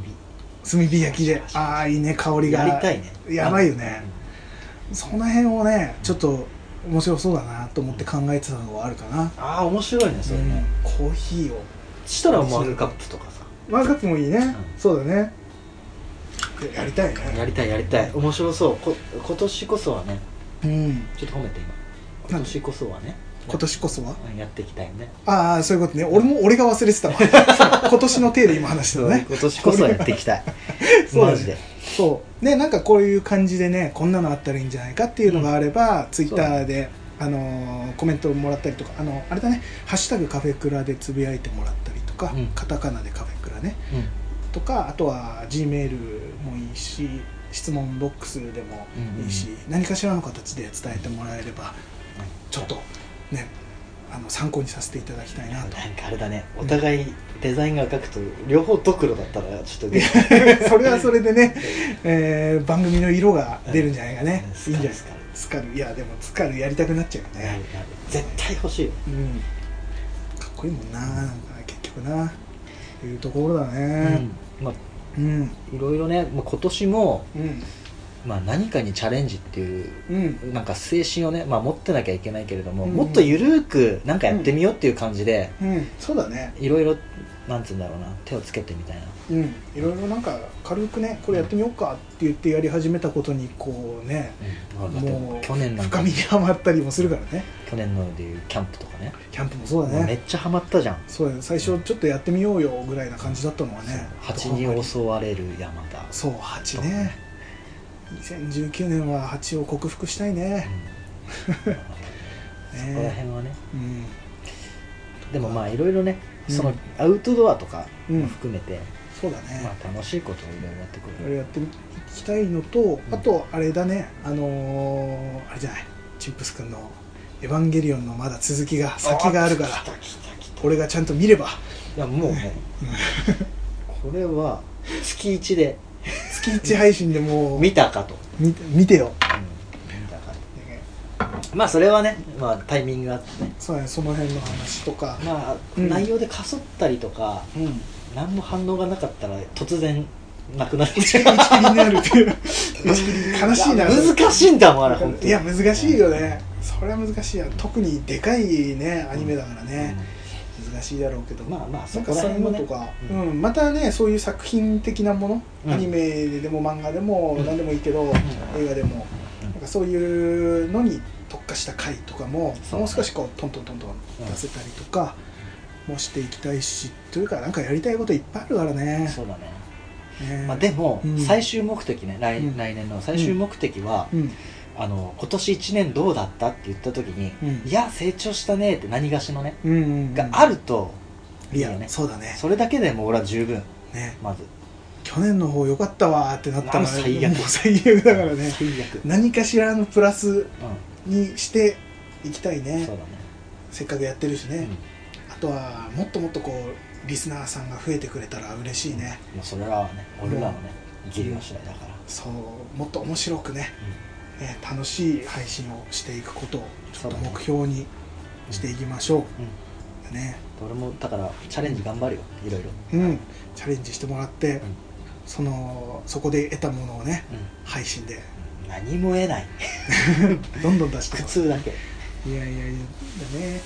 S1: 炭火焼きでああいいね香りが
S3: やりたいね
S1: やばいよねその辺をねちょっと面白そうだなと思って考えてたのがあるかな、
S3: うんああ面白いねそれね、
S1: うんコーヒーを
S3: したらマグカップとかさ
S1: ワールドカップもいいね、
S3: ん
S1: そうだねややりたいね
S3: やりたいやりたい面白そうこ今年こそはね
S1: うん
S3: ちょっと褒めて今今年こそはね
S1: 今年こそは
S3: うんやっていきたいよね
S1: ああそういうことね俺も俺が 忘れてたわそう今年の手で今話してたね
S3: 今年こそはやっていきたい
S1: そうだね
S3: マジで
S1: そうでなんかこういう感じでねこんなのあったらいいんじゃないかっていうのがあれば、ツイッターで、あのーコメントをもらったりとかあのあれだね「ハッシュタグカフェクラ」でつぶやいてもらったりとか、
S3: うん
S1: カタカナでカフェクラねとかあとは G メールもいいし質問ボックスでもいいし、何かしらの形で伝えてもらえればちょっとねあの参考にさせていただきたいなと
S4: なんかあれだねお互いデザインが赤くと両方ドクロだったらちょっと
S1: それはそれでね、えー番組の色が出るんじゃないかね、
S4: うん
S1: いいんじゃないですかスカルいやでもスカルやりたくなっちゃうよ ね、
S4: 絶対欲しいよ
S1: うんかっこいいもんななんか結局なっていうところだね
S3: まあ
S1: うん
S3: いろいろね、まあ、今年も、
S1: うん
S3: まあ、何かにチャレンジっていう
S1: うん
S3: なんか精神をね、まあ、持ってなきゃいけないけれども、
S1: うん
S3: もっとゆるくなんかやってみようっていう感じで、
S1: うんそうだね
S3: いろいろなんつうんだろうな手をつけてみたいな
S1: うんいろいろなんか軽くねこれやってみようかって言ってやり始めたことにこうね
S3: だって
S1: もう
S3: 去年なん
S1: 深
S3: か
S1: みにはまったりもするからね
S3: 去年のでいうキャンプとかね
S1: キャンプもそうだ
S3: もうめ
S1: ね
S3: っちゃハマったじゃん
S1: そうだよ最初ちょっとやってみようよぐらいな感じだったのはね
S3: 蜂に襲われる山だ
S1: そう蜂ね2019年は蜂を克服したい ね
S3: うんそこら
S1: ね
S3: 辺はね
S1: うん
S3: でもまあいろいろね
S1: うん
S3: そのアウトドアとか
S1: うん
S3: も含めて、
S1: そうだね、
S3: まあ楽しいことをいろいろやってく
S1: あ
S3: る
S1: れやっていきたいのとあとあれだねあのーあれじゃないチンプス君の「エヴァンゲリオン」のまだ続きが先があるから
S4: 来た来た来た
S1: 俺がちゃんと見れば
S3: いやもうねこれは月1で
S1: 月1配信でもう
S4: 見たかと
S1: 見見てよ
S3: うんだからまあそれはね、まあ、タイミングがあってね
S1: そうだねその辺の話とか
S3: まあ、
S1: うん
S3: 内容でかそったりとか
S1: うん
S3: 何も反応がなかったら突然なくなっ
S1: 打
S3: ち
S1: ち
S3: ゃ
S1: 切
S3: う
S1: り打ち切りにな るっていう打ち切り悲しいな
S3: 難しいんだもんあれ本当に
S1: いや難しいよねそれは難しいや特にでかいねアニメだからね、難しいだろうけど
S3: まあまあ
S1: な
S3: そ
S1: ん
S3: こ
S1: からそういう
S3: 辺
S1: の
S3: もね
S1: とか、う
S3: うんん
S1: またねそういう作品的なもの、
S3: うん
S1: アニメでも漫画でも
S3: うん
S1: 何でもいいけど、映画でも、
S3: うん
S1: なんかそういうのに特化した回とかも、
S3: そう
S1: もう少しこうトントントントン出せたりとかもしていきたいしというかなんかやりたいこといっぱいあるからね
S3: そうだね、
S1: ね
S3: まあ、でも、
S1: うん
S3: 最終目的ね来,、
S1: うん
S3: 来年の最終目的は、
S1: うん
S3: あの今年1年どうだったって言った時に、
S1: うん
S3: いや成長したねって何がしのね
S1: うんうんうん
S3: があると
S1: い
S3: いい
S1: や
S3: よね、
S1: そうだね
S3: それだけでもう俺は十分
S1: ね
S3: まず
S1: 去年の方良かったわーってなったら
S3: あ最悪
S1: もう最悪だからね
S3: 最悪
S1: 何かしらのプラス
S3: う
S1: にしていきたい
S3: ん
S1: ね
S3: そうだね
S1: せっかくやってるしね、
S3: うん
S1: あとはもっともっとこうリスナーさんが増えてくれたら嬉しいね、
S3: もうそれらはね俺らのね生きるが次第だから
S1: そうもっと面白くね、えー楽しい配信をしていくことをちょ
S3: そ
S1: っ
S3: う
S1: と
S3: だね
S1: 目標にしていきましょ
S3: うん
S1: うね
S3: 俺もだからチャレンジ頑張るよいろいろ
S1: うんチャレンジしてもらって、
S3: ん
S1: そのそこで得たものをね
S3: う
S1: 配信で
S3: ん何も得ない
S1: どんどん出して
S3: 苦痛だけ
S1: いやいやいやだね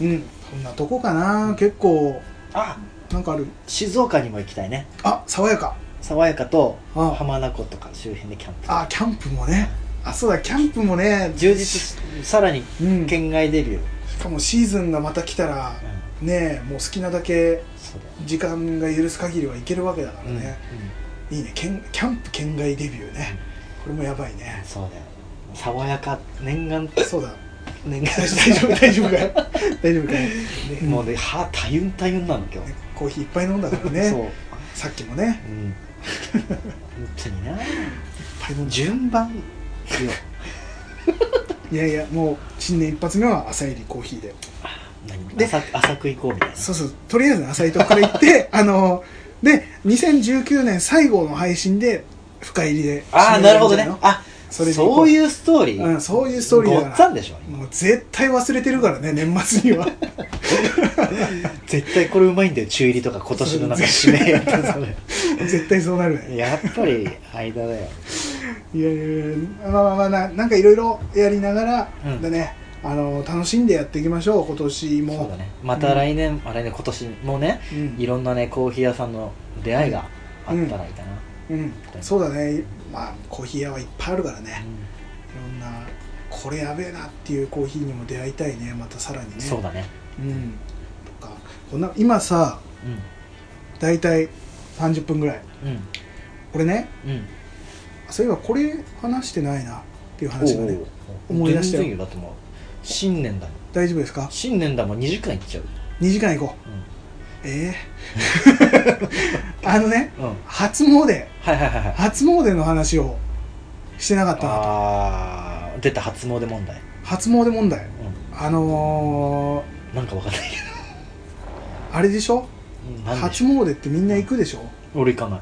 S1: うんそんなとこかな結構
S3: あ
S1: なんかある
S3: 静岡にも行きたいね
S1: あ爽やか
S3: 爽やかと
S1: あ
S3: 浜名湖とか周辺でキャンプ
S1: あキャンプもねあそうだキャンプもね
S3: 充実しさらに
S1: うんし
S3: 県外デビュー、
S1: かもシーズンがまた来たらねえもう好きなだけ
S3: そうだよ
S1: 時間が許す限りは行けるわけだからね、
S3: う
S1: いいねけんキャンプ県外デビューねこれもやばいね
S3: んそうだよ爽やか念願
S1: そうだ
S3: 念
S1: 大
S3: 願
S1: 丈夫大丈夫かい大丈夫かい、うん
S3: もうね歯たゆんたゆんなの今日、
S1: ねコーヒーいっぱい飲んだから
S3: そう、う
S1: ねさっきもね
S3: ん、本当にない
S1: っぱい飲んだ
S3: 順番よ
S1: いやいやもう新年一発目は朝入りコーヒーで
S3: 何
S1: で
S3: 浅く浅く行こうみたいな
S1: そうそうとりあえず浅井とこから行って あので2019年最後の配信で深入りで
S3: ああなるほどねあ
S1: そ
S3: そ
S1: れで行こう
S3: ういうストーリー、
S1: うんそういうストーリーだ
S3: ご
S1: から
S3: っつぁんでしょ
S1: もう絶対忘れてるからね年末 には
S3: 絶対これうまいんだよ中入りとか今年のなんか締めやったそれ
S1: 絶対そうなるね
S3: やっぱり間だよ
S1: いやいやいやまあまあまあななんかいろいろやりながら、
S3: うん
S1: だねあの楽しんでやっていきましょう今年も
S3: そうだねまた来年、あ来年今年もね
S1: うん
S3: いろんなねコーヒー屋さんの出会いがあったらいいかな、
S1: うん、そうだねまあコーヒー屋はいっぱいあるからね、
S3: う
S1: いろんなこれやべえなっていうコーヒーにも出会いたいねまたさらにね
S3: んそうだね
S1: うんとかこんな今さ大体30分ぐらい
S3: うん
S1: 俺ね
S3: うんうん
S1: そういえばこれ話してないなっていう話がね
S3: おう
S1: 思い出したよ
S3: 全然よだってもう新年だもん
S1: 大丈夫ですか
S3: 新年だもん2時間いっちゃう
S1: 2時間行こうえ えあのね
S3: うん、うん、
S1: 初詣
S3: はいはいはいはい
S1: 初詣の話をしてなかったなと
S3: あー出た初詣問題、
S1: 初詣問題
S3: う
S1: あの
S3: ん、なんかわかんないけ
S1: ー、あれでしょ
S3: どなんで
S1: 初
S3: しょう
S1: 詣ってみんな行くでしょ
S3: 俺行かない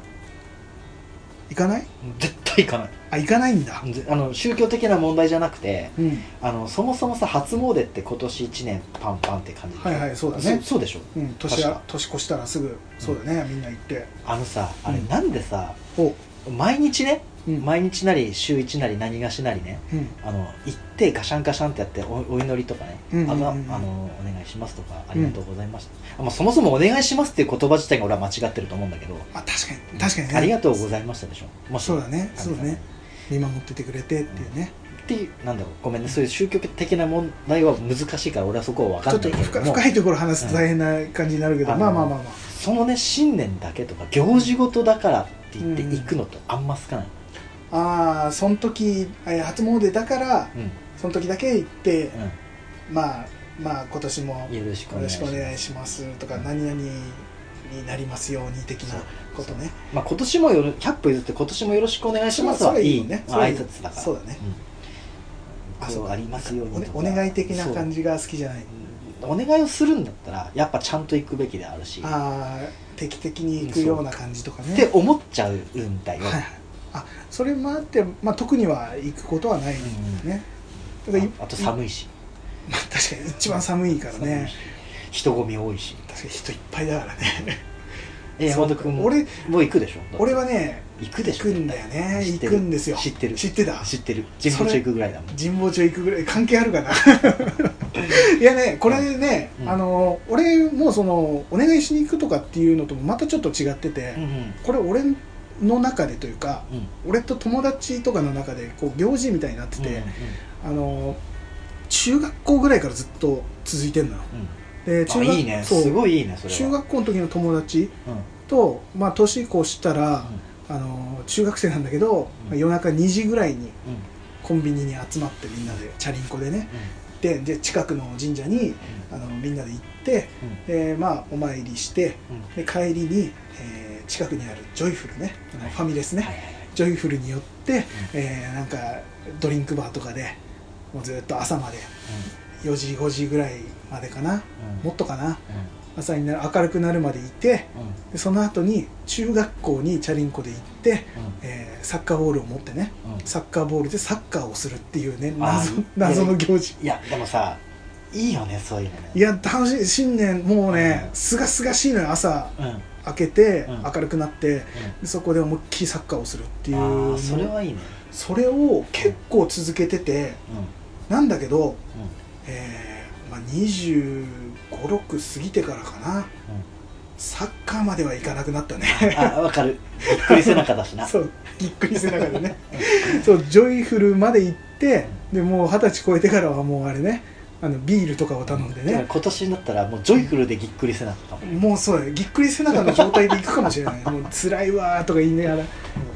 S1: 行かない
S3: 絶対行かない
S1: あ行かないんだ
S3: ぜあの宗教的な問題じゃなくて
S1: うん
S3: あのそもそもさ初詣って今年1年パンパンって感じで
S1: はいはいそうだね
S3: そそうでしょ
S1: うん、年
S3: 確
S1: や
S3: か
S1: 年越したらすぐそうだね、みんな行って
S3: あのさあれ
S1: うん
S3: なんでさ、
S1: おう、
S3: 毎日ね
S1: うん
S3: 毎日なり週1なり何がしなりね
S1: うん、
S3: あの行ってガシャンガシャンってやっておお祈りとかね、
S1: うんうんうん
S3: あのあのお願いしますとかありがとうございました、あまあ、そもそもお願いしますっていう言葉自体が俺は間違ってると思うんだけど
S1: あ確かに確かにね
S3: ありがとうございましたでしょもし
S1: そうだねそうだね
S3: っ
S1: 見守っててくれてっていうね、
S3: ていうなんだろうごめんねそういう宗教的な問題は難しいから俺はそこは分か
S1: ちょ
S3: ん
S1: っ
S3: な
S1: と
S3: いけ
S1: 深
S3: れども
S1: 深いところ話すと大変な感じになるけど、
S3: うん
S1: まあまあまあまあ
S3: そのね新年だけとか行事事だからって言って
S1: うん
S3: 行くのとあんま好かない、
S1: ああーその時えー初詣だから
S3: うん
S1: その時だけ行って、
S3: う
S1: まあまあ今年もよ
S3: ん、よろしくお願
S1: ろ
S3: い
S1: し
S3: し
S1: く
S3: ま
S1: お
S3: す
S1: 願いしますとか何々になりますように的なことね
S3: まあ、今年もよろ100歩譲って今年もよろしくお願いします
S1: まあそ
S3: は
S1: れいい
S3: い
S1: よ
S3: い、
S1: ね
S3: まあ、
S1: それい
S3: 挨
S1: い
S3: 拶だから
S1: そうだね、
S3: うん、
S1: あ
S3: あ
S1: そう
S3: そうありますよう
S1: お
S3: に
S1: ね
S3: とか
S1: お願い的な感
S3: じ
S1: じが好きじゃない
S3: お願いをするんだったらやっぱちゃんと行くべきであるしっ
S1: ああ定期的に行くような感じとかね
S3: て思っちゃうんだよ、
S1: はいはいあそれもあって、まあ、特には行くことはないね、だからい
S3: ああと寒いし
S1: まあ確かに一番寒いから
S3: 寒い
S1: ね
S3: し人混み多いし
S1: 確かに人いっぱいだからね
S3: え山本君も
S1: 俺
S3: もう行くでしょだって
S1: 俺はね
S3: 行くで
S1: 行
S3: しょ
S1: くんだよね
S3: 知
S1: 行
S3: って
S1: く
S3: る
S1: んですよ
S3: 知ってる
S1: 知ってた
S3: 知ってる神保町行くぐらいだもん
S1: 神保町行くぐらい関係あるか ないやねこれね、
S3: うん
S1: あの俺もそのお願いしに行くとかっていうのともまたちょっと違ってて、
S3: うんうん
S1: これ俺の中でというか
S3: うん
S1: 俺と友達とかの中でこう行事みたいになってて、あの中学校ぐらいからずっと続いてんのよ
S3: うんうん
S1: で中
S3: あ
S1: 学
S3: いいね
S1: そう
S3: すごいいいねそれは
S1: 中学校の時の友達
S3: うん
S1: と、まあ、年越したら、あの中学生なんだけど、
S3: うん
S1: まあ夜中2時ぐらいに
S3: うんうん
S1: コンビニに集まってみんなでチャリンコでねでで近くの神社にあのみんなで行って
S3: うん
S1: で、まあ、お参りして
S3: うんうん
S1: で帰りに、えー近くにあるジョイフルねあの
S3: はい
S1: ファミレスね、
S3: はいはいはい
S1: ジョイフルによって、えーなんかドリンクバーとかでもうずっと朝まで4時5時ぐらいまでかな
S3: うん
S1: もっとかな
S3: う
S1: 朝になる明るくなるまでいて
S3: んうん
S1: でその後に中学校にチャリンコで行って、えーサッカーボールを持ってね
S3: うんうん
S1: サッカーボールでサッカーをするっていうね
S3: あ
S1: 謎
S3: ー
S1: 謎の行事
S3: いやでもさいいよねそういうのね
S1: いや楽しい新年もうね
S3: うん
S1: すがすがしいのよ朝
S3: うんうん
S1: 明けて
S3: うん
S1: 明るくなってでそこで思いっきりサッカーをするっていう
S3: うんあ
S1: の
S3: ーそれはいいね
S1: それを結構続けてて
S3: うん
S1: なんだけど、
S3: うん
S1: えーまあ、2 5 6過ぎてからかなサッカーまではいかなくなったね
S3: あわかるびっくり背中だしな
S1: そうぎっくり背中でねそうジョイフルまで行ってでもう二十歳超えてからはもうあれねあのビールとかを頼んで
S3: でも
S1: ね
S3: 今年になったらもうジョイフルでぎっくり背中かも
S1: もうそうだよぎっくり背中の状態で行くかもしれないもう辛いわーとか言いながらい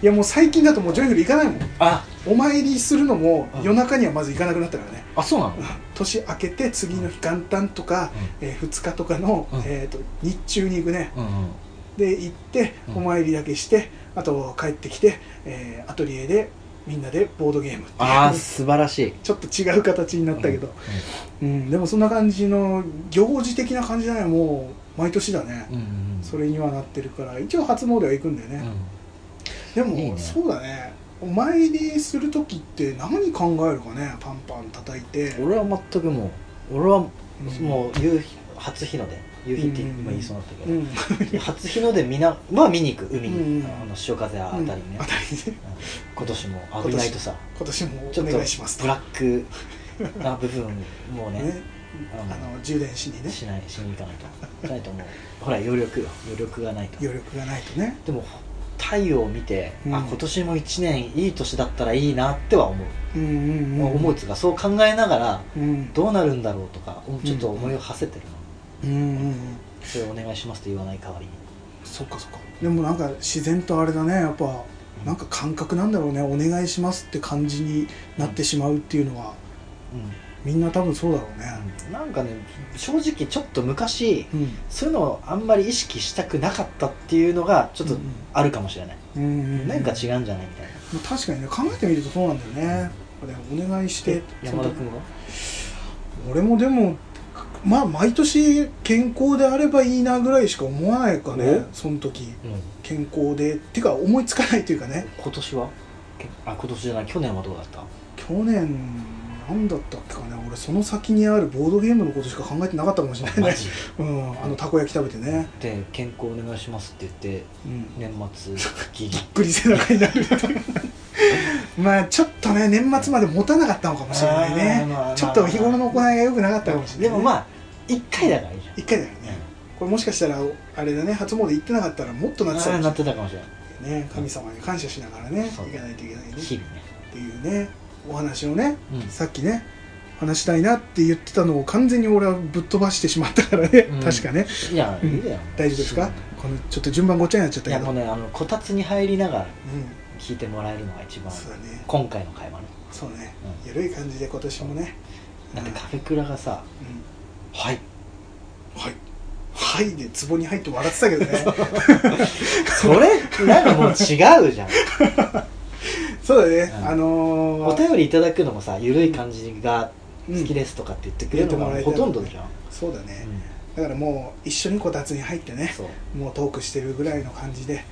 S1: やもう最近だともうジョイフル行かないもん
S3: あ
S1: お参りするのも
S3: うん
S1: 夜中にはまず行かなくなったからね
S3: あそうなの
S1: 年明けて次の日元旦とか、え2日とかの、
S3: うん
S1: えー、と日中に行くね
S3: うんうん
S1: で行って
S3: うん
S1: お参りだけして、あと帰ってきて、えーアトリエでみんなでボードゲームっていう
S3: ああ素晴らしい
S1: ちょっと違う形になったけど、
S3: う
S1: うんでもそんな感じの行事的な感じだねもう毎年だね、
S3: んうんうんうん
S1: それにはなってるから一応初詣は行くんだよ
S3: う
S1: ね、
S3: ん
S1: でも
S3: いいね
S1: そうだねお参りする時って何考えるかねパンパン叩いて
S3: 俺は全くもう俺は
S1: うん
S3: もう夕日初日の出夕日って今言いそうになったけ
S1: うん
S3: ど、初日の出みなは見に行く海に、
S1: うん
S3: あの潮風あたりね、
S1: うん当たりね
S3: 今年も危ないとさ
S1: 今年も
S3: ちょ
S1: お
S3: っと
S1: 願いします
S3: ブラックな部分もう ね
S1: ね
S3: あ
S1: あ
S3: の
S1: の充電しにね
S3: しないしに行かないとしないともう ほら余力よ余力がないと
S1: 余力がないとね
S3: でも太陽を見て、
S1: うん
S3: あ今年も1年いい年だったらいいなっては思う、
S1: うんうんうん
S3: 思うつうかそう考えながら
S1: うん
S3: どうなるんだろうとかちょっと思いを馳せてるな、
S1: うんうんうん
S3: それお願いしますと言わない代わりに
S1: そっかそっかでもなんか自然とあれだねやっぱなんか感覚なんだろうねお願いしますって感じになってしまうっていうのはみんな多分そうだろうね
S3: うんなんかね正直ちょっと昔
S1: うん
S3: そういうのをあんまり意識したくなかったっていうのがちょっとあるかもしれない、
S1: うんうんうん
S3: なんか違うんじゃないみたいな
S1: まあ確かにね考えてみるとそうなんだよねでお願いして
S3: え山田君は
S1: 俺もでもまあ毎年健康であればいいなぐらいしか思わないかねその時健康でってか思いつかないというかね
S3: 今年はけあ今年じゃない去年はどうだった
S1: 去年なんだったっけかね俺その先にあるボードゲームのことしか考えてなかったかもしれない
S3: マ
S1: ね
S3: ジ
S1: うんあのたこ焼き食べてね、
S3: で健康お願いしますって言って
S1: うん、
S3: 年末ギリ
S1: ぐり背中になる まあちょっとね年末まで持たなかったのかもしれない
S3: あー
S1: ね
S3: まあまあ
S1: ちょっと日頃の行いが良くなかったかもしれない、ね、
S3: でもまあ1回だからいいじゃん
S1: 一回だよねこれもしかしたらあれだね初詣行ってなかったらもっとなってたかも
S3: ああ
S1: し
S3: な
S1: れ
S3: ってたかもしれない
S1: ないね神様に感謝しながらね
S3: そう
S1: 行かないといけないね
S3: 日々ね
S1: っていうねお話をね、
S3: うん
S1: さっきね話したいなって言ってたのを完全に俺はぶっ飛ばしてしまったからね、
S3: うん
S1: 確かね
S3: いや
S1: うん
S3: いいだよ
S1: 大丈夫ですか、このちょっと順番ごっちゃになっちゃっ
S3: い
S1: た
S3: や
S1: け
S3: も
S1: ど
S3: うねあのこたつに入りながら
S1: う
S3: 聞いてもらえるのが一
S1: ん
S3: 番
S1: そうだね
S3: 今回の会話ね
S1: そうね、
S3: う
S1: 緩い感じで今年もね、
S3: だってカフェクラがさ
S1: うん
S3: 「はい
S1: はい。はいで壺に入って笑ってたけど ね。
S3: それなんかもう違 うじゃん」
S1: そうだね。
S3: うん
S1: あの
S3: お
S1: ー、
S3: 便りいただくのもさ緩い感じが
S1: うん
S3: 好きですとかって言ってくれるの
S1: うん
S3: がほとんどじゃん、
S1: そうだね。だからもう一緒にこたつに入ってね、
S3: そう、
S1: もうトークしてるぐらいの感じで、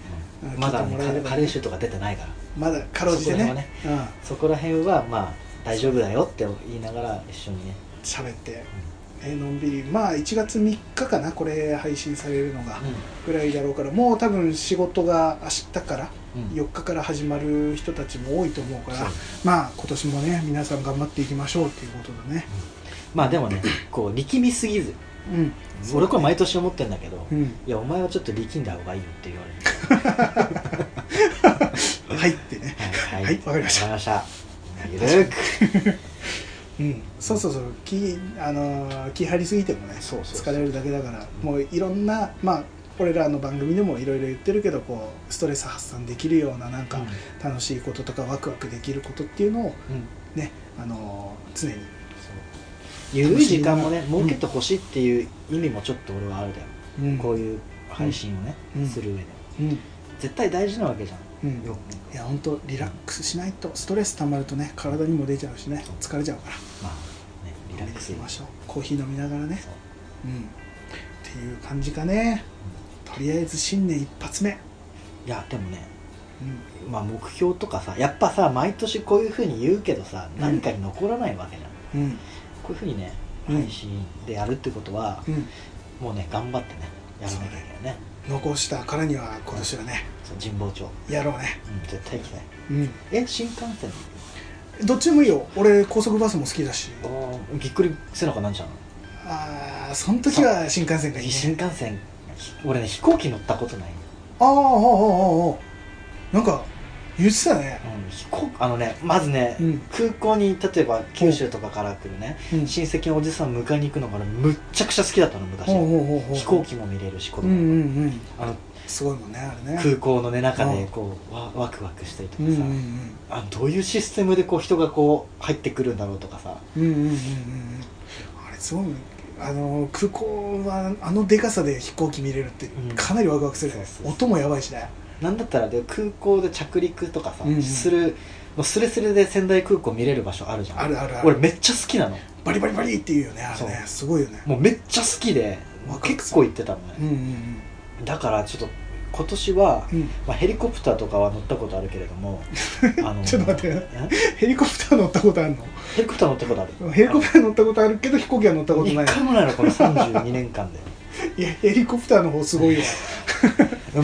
S1: うん
S3: まだ、
S1: 聞い
S3: ね
S1: てもらえれ、ば
S3: カレー臭とか出てないから
S1: まだかろうじて
S3: そこら
S1: ね、うん
S3: そこら辺はまあ大丈夫だよって言いながら一緒にね、
S1: 喋って、えーのんびり、まあ1月3日かな、これ配信されるのが、ぐらいだろうから、もう多分仕事が明日から、
S3: うん
S1: 4日から始まる人たちも多いと思うから
S3: そう、
S1: まあ今年もね、皆さん頑張っていきましょうっていうことだね。
S3: まあで もねこう力みすぎず
S1: うん。
S3: 俺これ毎年思ってんだけど、
S1: うん。
S3: いやお前はちょっと力んだ方がいいよって言 われる
S1: はいってね。
S3: はい
S1: はいわかりました
S3: わかりましたゆるーく
S1: うん、そうそうそう気,、あのー気張りすぎてもね
S3: そうそうそう
S1: 疲れるだけだからもういろんなまあ俺らの番組でもいろいろ言ってるけどこうストレス発散できるようななんか
S3: うん
S1: 楽しいこととかワクワクできることっていうのを
S3: うん
S1: ね、あのー常に
S3: ゆるい時間もね
S1: 楽しいな
S3: 設けてほしいっていう意味もちょっと俺はあるだよ、
S1: うん
S3: こういう配信をね、
S1: うん
S3: する上で
S1: うん
S3: 絶対大事なわけじゃん
S1: うん
S3: よ
S1: いや本当リラックスしないとストレス溜まるとね体にも出ちゃうしね疲れちゃうから
S3: まあねリラックス
S1: 飲みましょうコーヒー飲みながらね
S3: そう
S1: うんっていう感じかねとりあえず新年一発目
S3: いやでもね
S1: うん
S3: まあ目標とかさやっぱさ毎年こういうふうに言うけどさ
S1: うん
S3: 何かに残らないわけじゃん、こ
S1: うん
S3: ういうふうにね
S1: うん
S3: 配信でやるってことは、
S1: うん
S3: もうね頑張ってねやらなきゃいけないね
S1: 残したからには今年はね
S3: そう神保町、う
S1: やろうね
S3: ん、絶対行きたい
S1: うん
S3: え新幹線
S1: どっちでもいいよ俺高速バスも好きだし
S3: ぎっくり背中なんちゃうの
S1: ああその時は新幹線がいいね
S3: 新幹線ひ俺ね飛行機乗ったことない、
S1: あああああああなんか言ってたね
S3: うん、飛行あのねまずね、
S1: うん
S3: 空港に例えば九州とかから来るね、
S1: うん
S3: 親戚のおじさん迎えに行くのが俺むっちゃくちゃ好きだったの昔、
S1: ほうほうほうほう
S3: 飛行機も見れるし子
S1: う
S3: 供
S1: んうんうん
S3: あの
S1: すごいもんねあれね
S3: 空港の、ね、中
S1: う
S3: で
S1: ん
S3: こうわワクワクしたりとか
S1: うん
S3: さ、
S1: うんうん
S3: あのどういうシステムでこう人がこう入ってくるんだろうとかさ
S1: うんうんうんうんうんあれすごいもんねあの空港はあのでかさで飛行機見れるって
S3: うん
S1: かなりワクワクするよね
S3: そうそうそう
S1: 音もやばいしね
S3: なんだったらで空港で着陸とかさ、
S1: うんうん
S3: するのスレスレで仙台空港見れる場所あるじゃん
S1: あるあるあ
S3: 俺
S1: る
S3: めっちゃ好きなの
S1: バリバリバリっていうよねあれね
S3: そう
S1: すごいよね
S3: もうめっちゃ好きで
S1: わかる
S3: 結構行ってたの
S1: うん
S3: ね、
S1: うんうん
S3: だからちょっと今年は、
S1: うん
S3: まあ、ヘリコプターとかは乗ったことあるけれど もあの
S1: ちょっと待って
S3: え
S1: ヘリコプター乗ったことある
S3: ヘリコプター乗ったことあ
S1: の
S3: る
S1: ヘリコプター乗ったことあるけど飛行機は乗ったことない
S3: 一回もないのこの32年間で
S1: いやヘリコプターの方すごいよ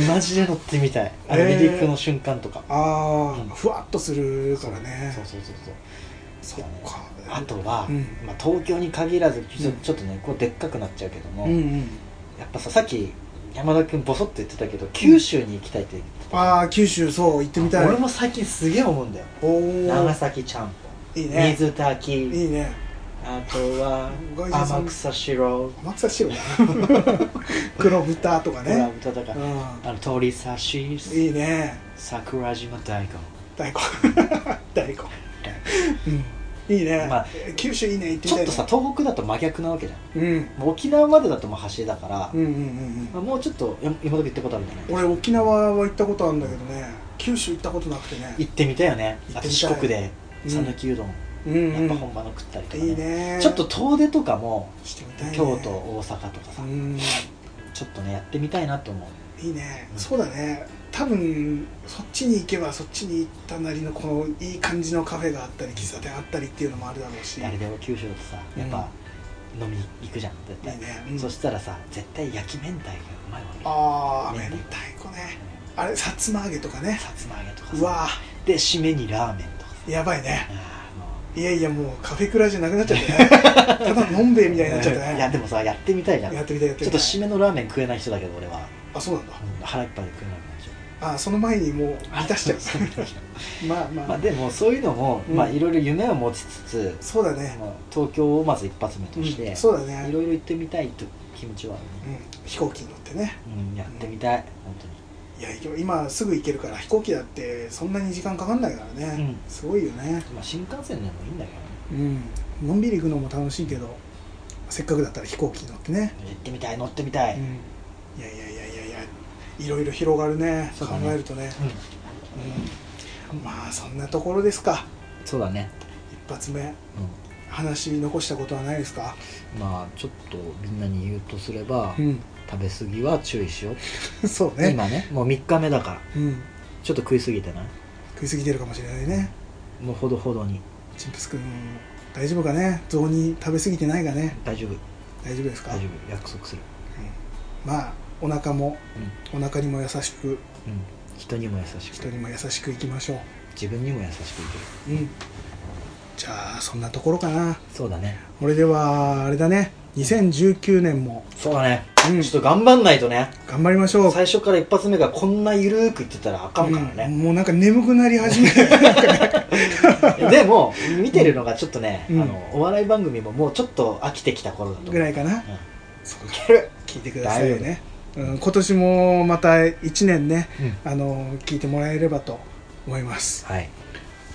S3: マジで乗ってみたいあの
S1: えー
S3: 離陸の瞬間とか、
S1: ああ、
S3: うん
S1: ふわっとするからね
S3: そうそうそうそ
S1: そ
S3: う
S1: っか
S3: あとは、
S1: うん
S3: まあ、東京に限らずちょ
S1: うん
S3: ちょっとねこうでっかくなっちゃうけども、
S1: うんうん
S3: やっぱささっき山田君ボソッと言ってたけど九州に行きたいって言ってた
S1: ああ九州そう行ってみたい
S3: 俺も最近すげえ思うんだよ
S1: おお
S3: 長崎ちゃんぽん
S1: いいね
S3: 水炊き
S1: いいね
S3: あとは
S1: ご一緒さん
S3: 天草四郎
S1: 天草四郎 黒豚とか
S3: ドラ
S1: ね、
S3: ムとか
S1: う
S3: あの鳥刺し
S1: ん、いいね
S3: 桜島大根
S1: 大根 大根うんいいね、
S3: まあ
S1: 九州いいね行ってみ
S3: ちょ
S1: た
S3: っ
S1: い
S3: と
S1: な
S3: さ東北だと真逆なわけじゃん
S1: うんうん
S3: もう沖縄までだともう端だから、
S1: うんうんうん
S3: まあ、もうちょっと今今時言ったことあるんじゃな
S1: 俺
S3: い
S1: 沖縄は行ったことあるんだけどね九州行ったことなくてね
S3: 行ってみたいよね
S1: 行
S3: あ
S1: ってみた
S3: と
S1: い
S3: 四国で
S1: うん
S3: 讃岐うどん、
S1: うんうん
S3: やっぱ本場の食ったりとか、ね
S1: いいね
S3: ちょっと遠出とかも
S1: してみたい、ね、
S3: 京都大阪とか
S1: う
S3: さ、
S1: ん
S3: ちょっとねやってみたいなと思う
S1: いいね
S3: うん
S1: そうだね多分そっちに行けばそっちに行ったなりのこのいい感じのカフェがあったり喫茶店あったりっていうのもあるだろうし
S3: あれでも九州だとさやっぱ飲み行くじゃん絶対、
S1: いいねうん
S3: そしたらさ絶対焼き明太がうまいわけ
S1: ああ明
S3: ね
S1: 太子ねあれさつま揚げとかね
S3: さつま揚げとか
S1: うわ
S3: で締めにラーメンとかさ
S1: ーやばいね
S3: あーもう
S1: いやいやもうカフェクラじゃなくなっちゃっ たねただのんべえみたいになっちゃった
S3: いや
S1: ね
S3: でもさやってみたいじゃん
S1: やってみたいやって
S3: ちょ
S1: み
S3: っと
S1: たい
S3: 締めのラーメン食えない人だけど俺は、
S1: あそうなんだ
S3: うん腹いっぱいで食えなくなっちゃう
S1: あその前にもう満たしちゃうまあまあ、
S3: まあでもそういうのも、
S1: うん
S3: まあいろいろ夢を持ちつつ、
S1: そうだね、
S5: まあ
S3: 東京をまず一発目として、
S1: うんそうだ
S3: い
S1: ね、
S3: ろいろ行ってみたいと気持ちはあ
S1: う
S3: るね、
S1: ん、飛行機に乗ってね
S3: うん、やってみたい本
S1: いや今すぐ行けるから飛行機だってそんなに時間かかんないから
S3: 当
S1: ね、
S3: に、うん
S1: すごいよね
S3: まあ、新幹線でもいいんだけどね
S1: うんのんびり行くのも楽しいけどせっかくだったら飛行機に乗ってね、
S3: 行ってみたい乗ってみたい、
S1: うん、いやいやいやいやいやいろいろ広がるね
S3: そ
S1: 考
S3: うだね
S1: えるとね、
S3: うん
S1: うん、まあそんなところですか
S5: そうだね、
S1: 一発目話残したことはないですか
S5: うん、まあちょっとみんなに言うとすれば、
S1: うん
S5: 食べ過ぎは注意しよう
S1: そうね、
S5: 今ねもう3日目だから
S1: うん、
S5: ちょっと食い過ぎてない
S1: 食い過ぎてるかもしれないね
S5: もうほどほどに
S1: チンプス君大丈夫かね雑煮食べ過ぎてないかね
S5: 大丈夫
S1: 大丈夫ですか
S5: 大丈夫約束する
S1: うんまあお腹も、お腹にも優しく
S5: うん人にも優し
S1: 人
S5: く
S1: にも優しくいきましょ
S5: 自分にも優しくいける
S1: ううんじゃあそんなところかな
S5: そうだね
S1: 俺ではあれだね2019年も、
S3: そうだね
S1: うん
S3: ちょっと頑張んないとね
S1: 頑張りましょう
S3: 最初から一発目がこんなゆるーくいってたらあかんから
S1: う
S3: ね、
S1: んもうなんか眠くなり始める
S3: でも見てるのがちょっとね、
S1: うん
S3: あのお笑い番組ももうちょっと飽きてきた頃だと思う
S1: ぐらいかな、
S3: うん
S1: そう
S3: いける
S1: 聞いてください
S3: だいぶ
S1: ね、うん、今年もまた1年ね、あの聞いてもらえればと思います
S5: はい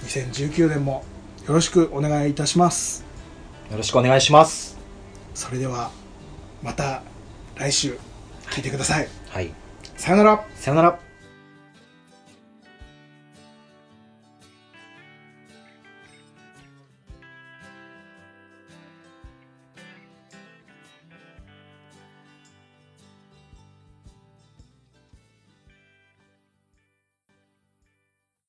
S1: 2019年もよろしくお願いいたします
S5: よろしくお願いします
S1: それではまた来週聞いてください
S5: はい
S1: さよなら
S5: さよなら